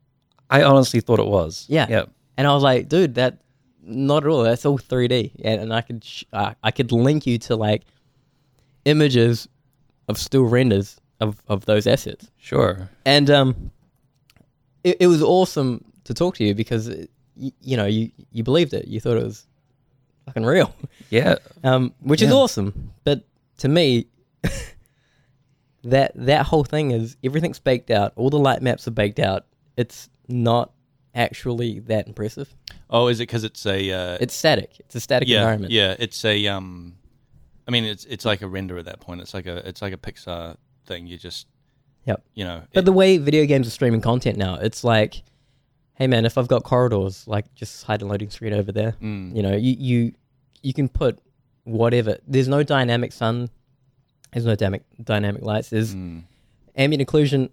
Speaker 3: I honestly thought it was.
Speaker 1: Yeah.
Speaker 3: Yeah.
Speaker 1: And I was like, "Dude, that not at all. That's all 3D." And, and I could sh- uh, I could link you to like images of still renders of of those assets.
Speaker 3: Sure.
Speaker 1: and um, it, it was awesome to talk to you because it, you, you know you you believed it. You thought it was fucking real,
Speaker 3: Yeah.
Speaker 1: um, which is
Speaker 3: Yeah.
Speaker 1: awesome. But to me, that that whole thing is everything's baked out. All the light maps are baked out. It's not actually that impressive.
Speaker 2: Oh, is it because it's a uh,
Speaker 1: It's static. It's a static
Speaker 2: yeah,
Speaker 1: environment.
Speaker 2: Yeah, it's a um I mean it's it's like a render at that point. It's like a it's like a Pixar thing. You just
Speaker 1: Yep.
Speaker 2: you know
Speaker 1: But
Speaker 2: it-
Speaker 1: the way video games are streaming content now, it's like, hey man, if I've got corridors, like just hide a loading screen over there.
Speaker 2: Mm.
Speaker 1: You know, you you you can put whatever. There's no dynamic sun. There's no dynamic dynamic lights. There's
Speaker 2: mm,
Speaker 1: ambient occlusion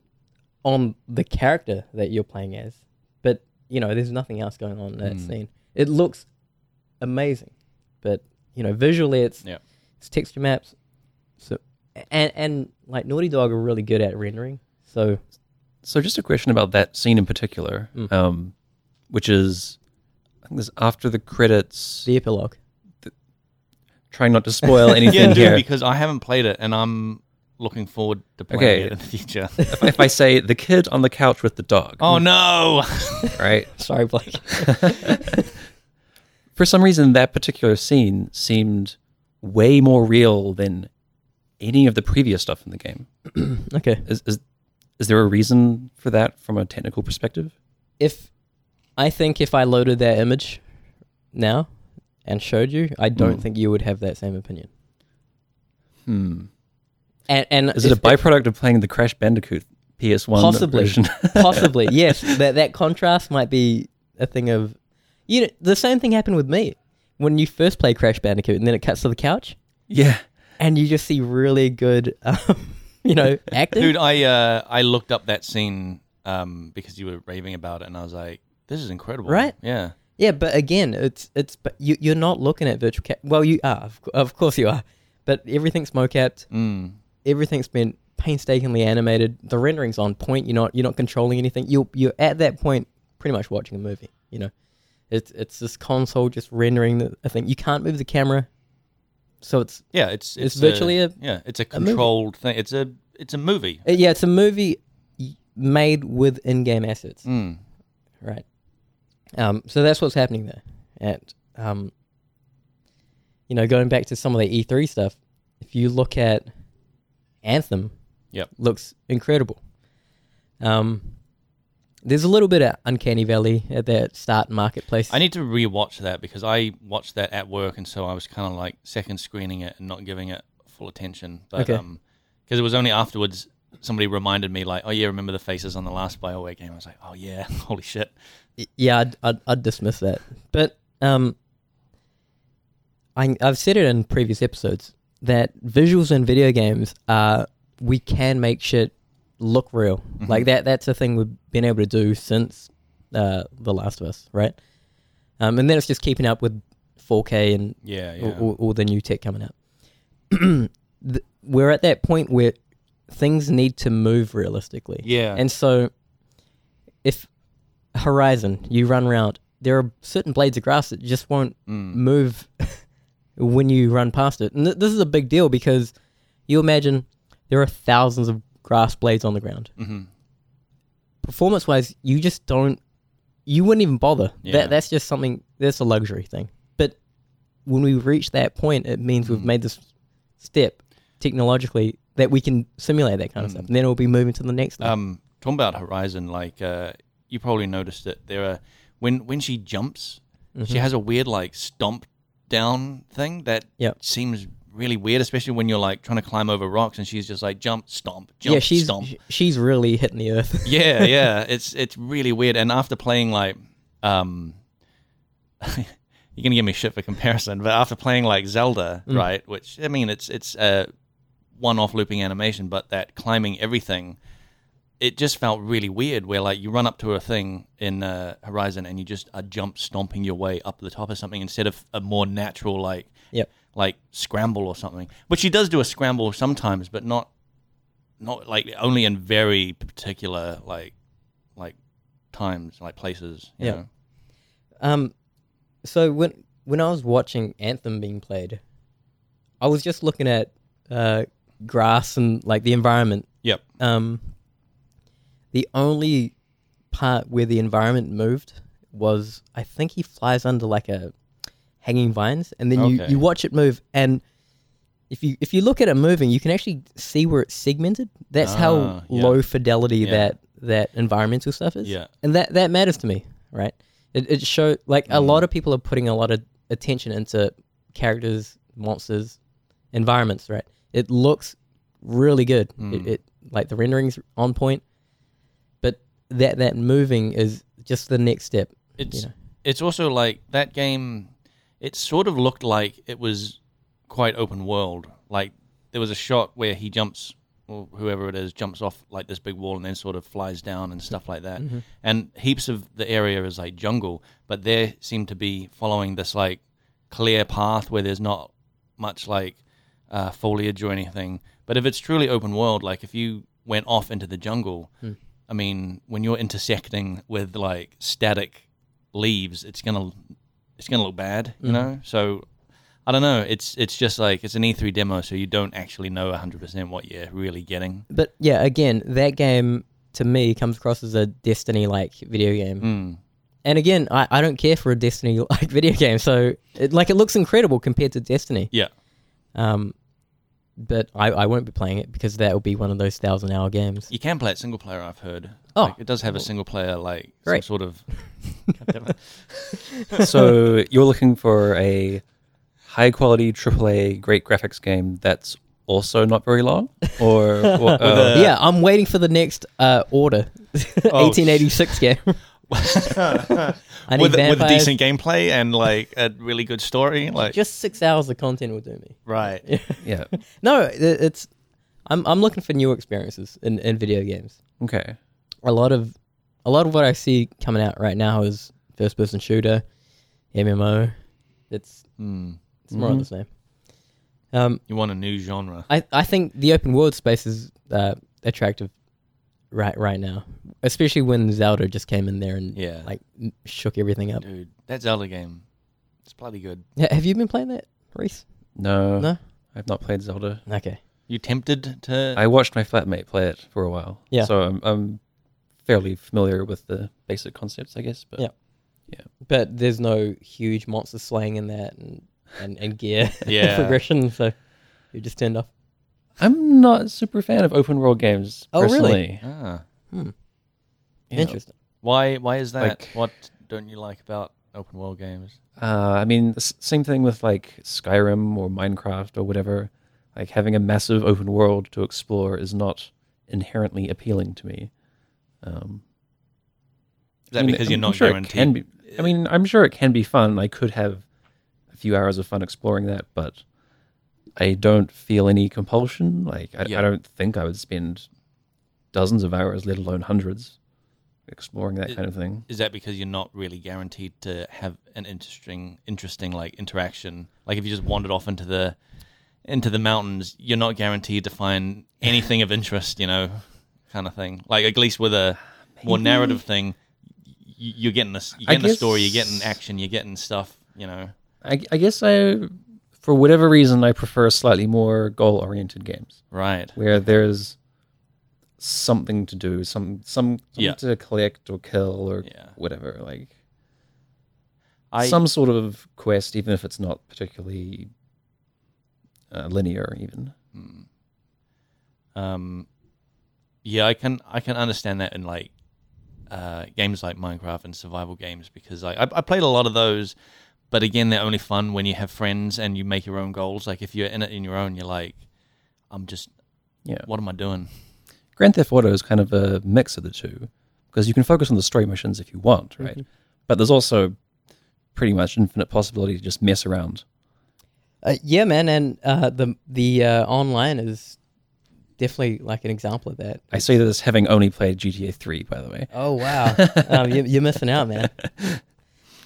Speaker 1: on the character that you're playing as, but you know, there's nothing else going on in
Speaker 2: Mm.
Speaker 1: that scene. It looks amazing, but you know, visually, it's
Speaker 2: Yeah.
Speaker 1: it's texture maps. So and and like Naughty Dog are really good at rendering. So
Speaker 3: So just a question about that scene in particular,
Speaker 1: Mm.
Speaker 3: um, which is, I think this is after the credits.
Speaker 1: the epilogue.
Speaker 3: trying not to spoil anything
Speaker 2: Yeah,
Speaker 3: here.
Speaker 2: dude, because I haven't played it and I'm looking forward to playing
Speaker 3: Okay.
Speaker 2: it in the future.
Speaker 3: if, if I say the kid on the couch with the dog,
Speaker 2: oh no.
Speaker 3: right?
Speaker 1: Sorry, Blake.
Speaker 3: For some reason, that particular scene seemed way more real than any of the previous stuff in the game.
Speaker 1: okay.
Speaker 3: Is is, is there a reason for that from a technical perspective?
Speaker 1: If I think if I loaded that image now and showed you, I don't
Speaker 3: Hmm.
Speaker 1: think you would have that same opinion. Hmm. And, and
Speaker 3: Is it
Speaker 1: if-
Speaker 3: a byproduct of playing the Crash Bandicoot PS1
Speaker 1: possibly
Speaker 3: version?
Speaker 1: possibly yes that that contrast might be a thing of you know the same thing happened with me when you first play Crash Bandicoot and then it cuts to the couch
Speaker 3: yeah.
Speaker 1: and you just see really good um, you know acting.
Speaker 2: dude, I uh I looked up that scene um because you were raving about it and I was like, this is incredible.
Speaker 1: Right?
Speaker 2: Yeah.
Speaker 1: Yeah, but again, it's it's but you you're not looking at virtual cap. Well, you are, of, cou- of course you are, but everything's mocapped.
Speaker 2: Mm.
Speaker 1: Everything's been painstakingly animated. The rendering's on point. You're not you're not controlling anything. You you're at that point pretty much watching a movie. You know, it's it's this console just rendering the, a thing. You can't move the camera. So it's
Speaker 2: Yeah, it's it's,
Speaker 1: virtually a-
Speaker 2: yeah, it's a
Speaker 1: movie.
Speaker 2: controlled thing. It's a it's a movie.
Speaker 1: uh, yeah, it's a movie y- made with in-game assets,
Speaker 2: Mm.
Speaker 1: right? Um, so that's what's happening there, and um, you know, going back to some of the E3 stuff, if you look at Anthem,
Speaker 2: Yep.
Speaker 1: looks incredible. Um, there's a little bit of uncanny valley at that start marketplace.
Speaker 2: I need to rewatch that because I watched that at work, and so I was kind of like second screening it and not giving it full attention. But
Speaker 1: Okay.
Speaker 2: because it was only afterwards somebody reminded me, like, oh yeah, remember the faces on the last Bioware game? I was like, oh yeah, holy shit.
Speaker 1: Y- yeah, I'd, I'd, I'd dismiss that. But um, I, I've said it in previous episodes that visuals in video games are we can make shit look real. Like that. That's a thing we've been able to do since uh, The Last of Us, right? Um, and then it's just keeping up with 4K and
Speaker 2: Yeah,
Speaker 1: or
Speaker 2: yeah.
Speaker 1: all, all the new tech coming out. Th- We're at that point where things need to move realistically.
Speaker 2: Yeah.
Speaker 1: And so, if Horizon, you run around, there are certain blades of grass that just won't
Speaker 2: Mm.
Speaker 1: move when you run past it. And th- this is a big deal because you imagine there are thousands of grass blades on the ground.
Speaker 2: Mhm.
Speaker 1: Performance wise, you just don't, you wouldn't even bother.
Speaker 2: Yeah.
Speaker 1: That, that's just something, that's a luxury thing. But when we reach that point, it means
Speaker 2: Mm.
Speaker 1: we've made this step technologically that we can simulate that
Speaker 2: Mm.
Speaker 1: kind of stuff. And then it'll be moving to the next level.
Speaker 2: Um, talking about Horizon, like uh, you probably noticed it. There are when when she jumps,
Speaker 1: Mm-hmm.
Speaker 2: she has a weird like stomp down thing that
Speaker 1: Yep.
Speaker 2: seems really weird, especially when you're like trying to climb over rocks and she's just like jump, stomp, jump,
Speaker 1: yeah, she's
Speaker 2: stomp.
Speaker 1: sh- she's really hitting the earth.
Speaker 2: yeah, yeah. It's it's really weird. And after playing like um you're gonna give me shit for comparison, but after playing like Zelda, right, which I mean it's it's a one off looping animation, but that climbing everything it just felt really weird where like you run up to a thing in uh, Horizon and you just are jump stomping your way up the top of something instead of a more natural like
Speaker 1: Yep.
Speaker 2: like scramble or something. But she does do a scramble sometimes, but not not like only in very particular like like times like places you
Speaker 1: Yeah.
Speaker 2: know?
Speaker 1: Um, so when when I was watching Anthem being played, I was just looking at uh, grass and like the environment.
Speaker 2: yep
Speaker 1: Um, the only part where the environment moved was I think he flies under like a hanging vines, and then you,
Speaker 2: Okay.
Speaker 1: you watch it move and. If you if you look at it moving, you can actually see where it's segmented. That's how
Speaker 2: Ah, yeah.
Speaker 1: low fidelity
Speaker 2: Yeah.
Speaker 1: that that environmental stuff is.
Speaker 2: Yeah.
Speaker 1: and that that matters to me, right? It it show like a lot of people are putting a lot of attention into characters, monsters, environments, right? It looks really good. It, it like the rendering's on point, but that that moving is just the next step.
Speaker 2: it's
Speaker 1: you know.
Speaker 2: it's also like that game it sort of looked like it was quite open world like there was a shot where he jumps or whoever it is jumps off like this big wall and then sort of flies down and stuff like that and heaps of the area is like jungle but there seemed to be following this like clear path where there's not much like uh, foliage or anything but if it's truly open world like if you went off into the jungle i mean when you're intersecting with like static leaves, it's gonna it's gonna look bad,
Speaker 1: Mm-hmm.
Speaker 2: you know. So I don't know. It's it's just like it's an E3 demo, so you don't actually know 100 percent what you're really getting.
Speaker 1: But yeah, again, that game to me comes across as a Destiny like video game.
Speaker 2: Mm.
Speaker 1: And again, I, I don't care for a Destiny like video game, so it, like it looks incredible compared to Destiny.
Speaker 2: Yeah,
Speaker 1: Um, but I, I won't be playing it because that will be one of those thousand hour games.
Speaker 2: you can play it single player. I've heard.
Speaker 1: Oh.
Speaker 2: Like, it does have a single player like
Speaker 1: Great.
Speaker 2: some sort of
Speaker 3: so you're looking for a high quality AAA, great graphics game that's also not very long, or what- uh,
Speaker 1: yeah, I'm waiting for the next uh, order,
Speaker 2: Oh,
Speaker 1: 1886 game. I need
Speaker 2: with with
Speaker 1: vampires.
Speaker 2: decent gameplay and like a really good story. Like
Speaker 1: Just six hours of content will do me.
Speaker 2: right.
Speaker 3: yeah,
Speaker 1: No, it, it's I'm I'm looking for new experiences in, in video games.
Speaker 3: okay,
Speaker 1: A lot of a lot of what I see coming out right now is first person shooter, MMO. It's
Speaker 2: Mm.
Speaker 1: it's more of the same. Um,
Speaker 2: You want a new genre.
Speaker 1: I, I think the open world space is uh, attractive right right now, especially when Zelda just came in there and
Speaker 2: Yeah.
Speaker 1: like m- shook everything up.
Speaker 2: Dude, that Zelda game, it's bloody good.
Speaker 1: Ha- Have you been playing that, Reese?
Speaker 3: No,
Speaker 1: No?
Speaker 3: I've not played Zelda.
Speaker 1: Okay.
Speaker 2: You tempted to?
Speaker 3: I watched my flatmate play it for a while.
Speaker 1: Yeah.
Speaker 3: So I'm, I'm fairly familiar with the basic concepts, I guess. But
Speaker 1: Yeah. But there's no huge monster slaying in that and, and, and gear
Speaker 2: Yeah.
Speaker 1: progression, so you just turned off.
Speaker 3: I'm not a super fan of open world games.
Speaker 1: Oh, really?
Speaker 3: personally.
Speaker 2: ah.
Speaker 3: You know,
Speaker 1: Hmm. Interesting.
Speaker 2: Why? Why is that?
Speaker 3: Like-
Speaker 2: what don't you like about open world games?
Speaker 3: Uh, I mean, the s- same thing with like Skyrim or Minecraft or whatever. Like having a massive open world to explore is not inherently appealing to me. Um,
Speaker 2: Is that
Speaker 3: I mean,
Speaker 2: because
Speaker 3: I'm-
Speaker 2: you're
Speaker 3: I'm
Speaker 2: not
Speaker 3: sure it
Speaker 2: guaranteed?
Speaker 3: can be- I mean, I'm sure it can be fun. I could have a few hours of fun exploring that, but I don't feel any compulsion. Like I,
Speaker 2: Yeah.
Speaker 3: I don't think I would spend dozens of hours, let alone hundreds, exploring that
Speaker 2: It-
Speaker 3: kind of thing.
Speaker 2: Is that because you're not really guaranteed to have an interesting, interesting like interaction? Like if you just wandered off into the into the mountains, you're not guaranteed to find anything of interest, you know, kind of thing. Like at least with a more narrative thing, y- you're getting this, you're
Speaker 3: I
Speaker 2: getting a story, you're getting
Speaker 3: guess-
Speaker 2: action, you're getting stuff, you know.
Speaker 3: I, I guess I, for whatever reason, I prefer slightly more goal-oriented games
Speaker 2: Right.
Speaker 3: where there's something to do, some some something
Speaker 2: Yeah.
Speaker 3: to collect or kill or
Speaker 2: Yeah.
Speaker 3: whatever. Like
Speaker 2: I
Speaker 3: some sort of quest, even if it's not particularly uh, linear. Even
Speaker 2: um yeah i can i can understand that in like uh games like minecraft and survival games because I, I i played a lot of those but again they're only fun when you have friends and you make your own goals like if you're in it in your own you're like i'm just
Speaker 3: Yeah.
Speaker 2: what am i doing
Speaker 3: Grand Theft Auto is kind of a mix of the two because you can focus on the story missions if you want, right? But there's also pretty much infinite possibility to just mess around.
Speaker 1: Uh, yeah, man, and uh, the the uh, online is definitely like an example of that.
Speaker 3: I say this having only played GTA 3, by the way.
Speaker 1: Oh wow, um, you, you're missing out, man.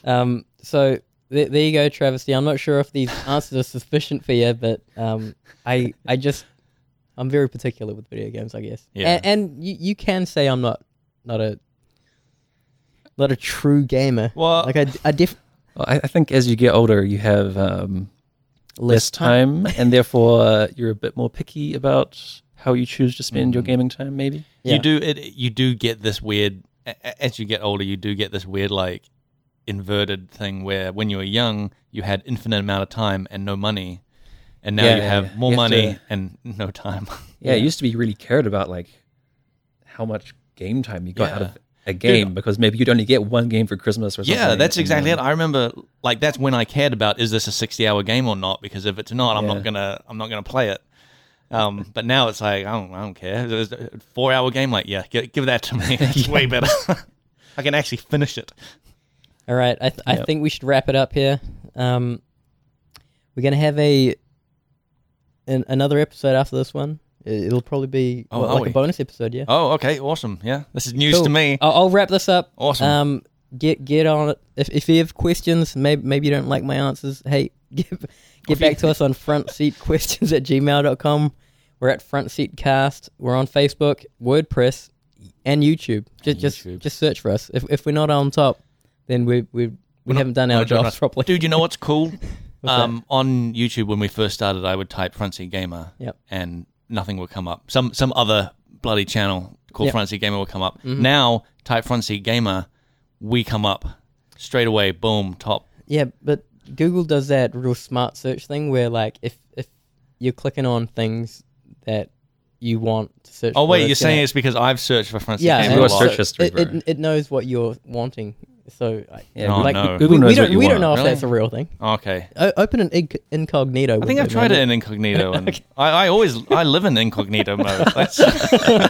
Speaker 1: Um, so th- there you go, travesty. I'm not sure if these answers are sufficient for you, but um, I I just I'm very particular with video games, I guess.
Speaker 2: Yeah.
Speaker 1: And, and you, you can say I'm not not a not a true gamer.
Speaker 2: Well-
Speaker 1: like I I def
Speaker 3: Well, I, I think as you get older, you have um,
Speaker 1: less
Speaker 3: less time, and therefore uh, you're a bit more picky about how you choose to spend your gaming time, maybe.
Speaker 1: Yeah.
Speaker 2: you do it you do get this weird a- a- as you get older you do get this weird like inverted thing where when you were young you had infinite amount of time and no money and now
Speaker 3: Yeah,
Speaker 2: you
Speaker 3: yeah,
Speaker 2: have
Speaker 3: yeah.
Speaker 2: more
Speaker 3: You have
Speaker 2: money
Speaker 3: to-
Speaker 2: and no time
Speaker 3: Yeah, it used to be really cared about like how much game time you got out of
Speaker 2: Yeah.
Speaker 3: a game because maybe you'd only get one game for Christmas or something. Mm.
Speaker 2: Yeah, that's
Speaker 3: and
Speaker 2: exactly
Speaker 3: then-
Speaker 2: it. I remember like that's when I cared about is this a sixty hour game or not? Because if it's not, I'm
Speaker 3: Yeah.
Speaker 2: not gonna I'm not gonna play it. Um, but now it's like I don't I don't care. It's a four hour game, like yeah, give, give that to me. It's way better. I can actually finish it.
Speaker 1: All right, I, th- I
Speaker 3: Yep.
Speaker 1: think we should wrap it up here. Um, we're gonna have a an, another episode after this one. It, will probably be
Speaker 2: Oh,
Speaker 1: what,
Speaker 2: are
Speaker 1: like
Speaker 2: we?
Speaker 1: a bonus episode, yeah.
Speaker 2: Oh, okay, awesome. Yeah, this is news
Speaker 1: Cool.
Speaker 2: to me.
Speaker 1: I'll, I'll wrap this up.
Speaker 2: Awesome.
Speaker 1: Um, get get on it. If, if you have questions, maybe maybe you don't like my answers. Hey, give, get back to us on frontseatquestions at gmail.com. We're at frontseatcast. We're on Facebook, WordPress, and YouTube. Just
Speaker 2: YouTube.
Speaker 1: just just search for us. If if we're not on top, then we we we haven't done our
Speaker 2: We're doing
Speaker 1: jobs
Speaker 2: it.
Speaker 1: properly.
Speaker 2: dude. You know what's cool?
Speaker 1: that?
Speaker 2: um, on YouTube when we first started, I would type front seat gamer,
Speaker 1: Yep.
Speaker 2: and nothing would come up. Some some other bloody channel called
Speaker 1: Yep. Mm-hmm.
Speaker 2: front seat gamer will come up. Now type front seat gamer, we come up straight away. Boom, top.
Speaker 1: Yeah, but Google does that real smart search thing where like if if you're clicking on things that you want to search.
Speaker 2: Oh
Speaker 1: for,
Speaker 2: wait, you're
Speaker 1: it's gonna-
Speaker 2: saying it's because I've searched for front seat
Speaker 1: yeah,
Speaker 2: gamer
Speaker 1: and
Speaker 2: a
Speaker 3: your
Speaker 1: so
Speaker 2: lot.
Speaker 3: search history,
Speaker 1: It, it,
Speaker 3: bro.
Speaker 1: it knows what you're wanting. So like,
Speaker 3: Yeah,
Speaker 2: Oh,
Speaker 1: like
Speaker 2: no.
Speaker 1: we-
Speaker 3: Google
Speaker 1: we,
Speaker 3: knows
Speaker 1: don't
Speaker 3: what you
Speaker 1: we don't
Speaker 3: want.
Speaker 1: know if
Speaker 2: Really?
Speaker 1: that's a real thing.
Speaker 2: Okay,
Speaker 1: O- open an inc- incognito.
Speaker 2: I think I've tried it in incognito, and I, I always I live in incognito mode. That's,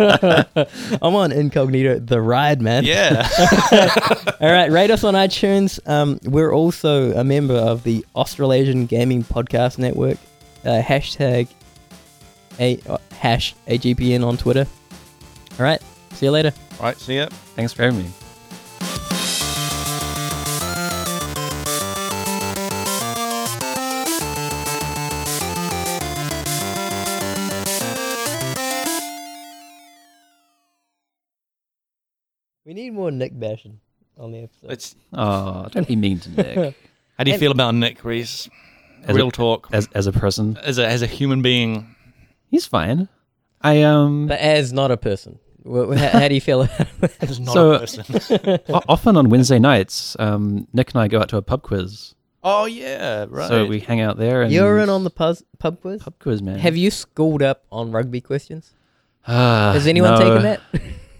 Speaker 1: I'm on incognito the ride, man.
Speaker 2: yeah,
Speaker 1: All right, rate us on iTunes. Um, we're also a member of the Australasian Gaming Podcast Network. Uh, hashtag a uh, hash AGPN on Twitter. All right, see you later.
Speaker 2: right. See ya.
Speaker 3: Thanks for having me.
Speaker 1: We need more Nick bashing on the episode.
Speaker 2: It's,
Speaker 3: Oh, don't be mean to Nick.
Speaker 2: how do you feel about Nick Reese?
Speaker 4: as
Speaker 2: Real
Speaker 4: a,
Speaker 2: talk. As,
Speaker 3: as
Speaker 4: as as a person.
Speaker 2: a, as a human being,
Speaker 3: He's fine. I um
Speaker 1: But as not a person, wh- wh- how, how do you feel?
Speaker 2: as not
Speaker 3: So-
Speaker 2: a person.
Speaker 3: o- often on Wednesday nights, um, Nick and I go out to a pub quiz.
Speaker 2: oh yeah, right.
Speaker 3: So we hang out there and
Speaker 1: You're in on the puz- pub quiz.
Speaker 3: pub quiz, man.
Speaker 1: Have you schooled up on rugby questions?
Speaker 3: Ah,
Speaker 1: Has anyone
Speaker 3: no.
Speaker 1: taken that?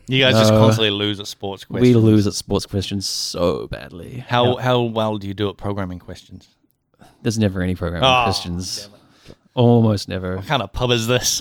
Speaker 2: you guys just
Speaker 3: No.
Speaker 2: constantly lose at sports questions.
Speaker 3: We lose at sports questions so badly.
Speaker 2: How how well do you do at programming questions?
Speaker 3: There's never any programming
Speaker 2: Ah,
Speaker 3: questions. Almost never.
Speaker 2: What kind of pub is this?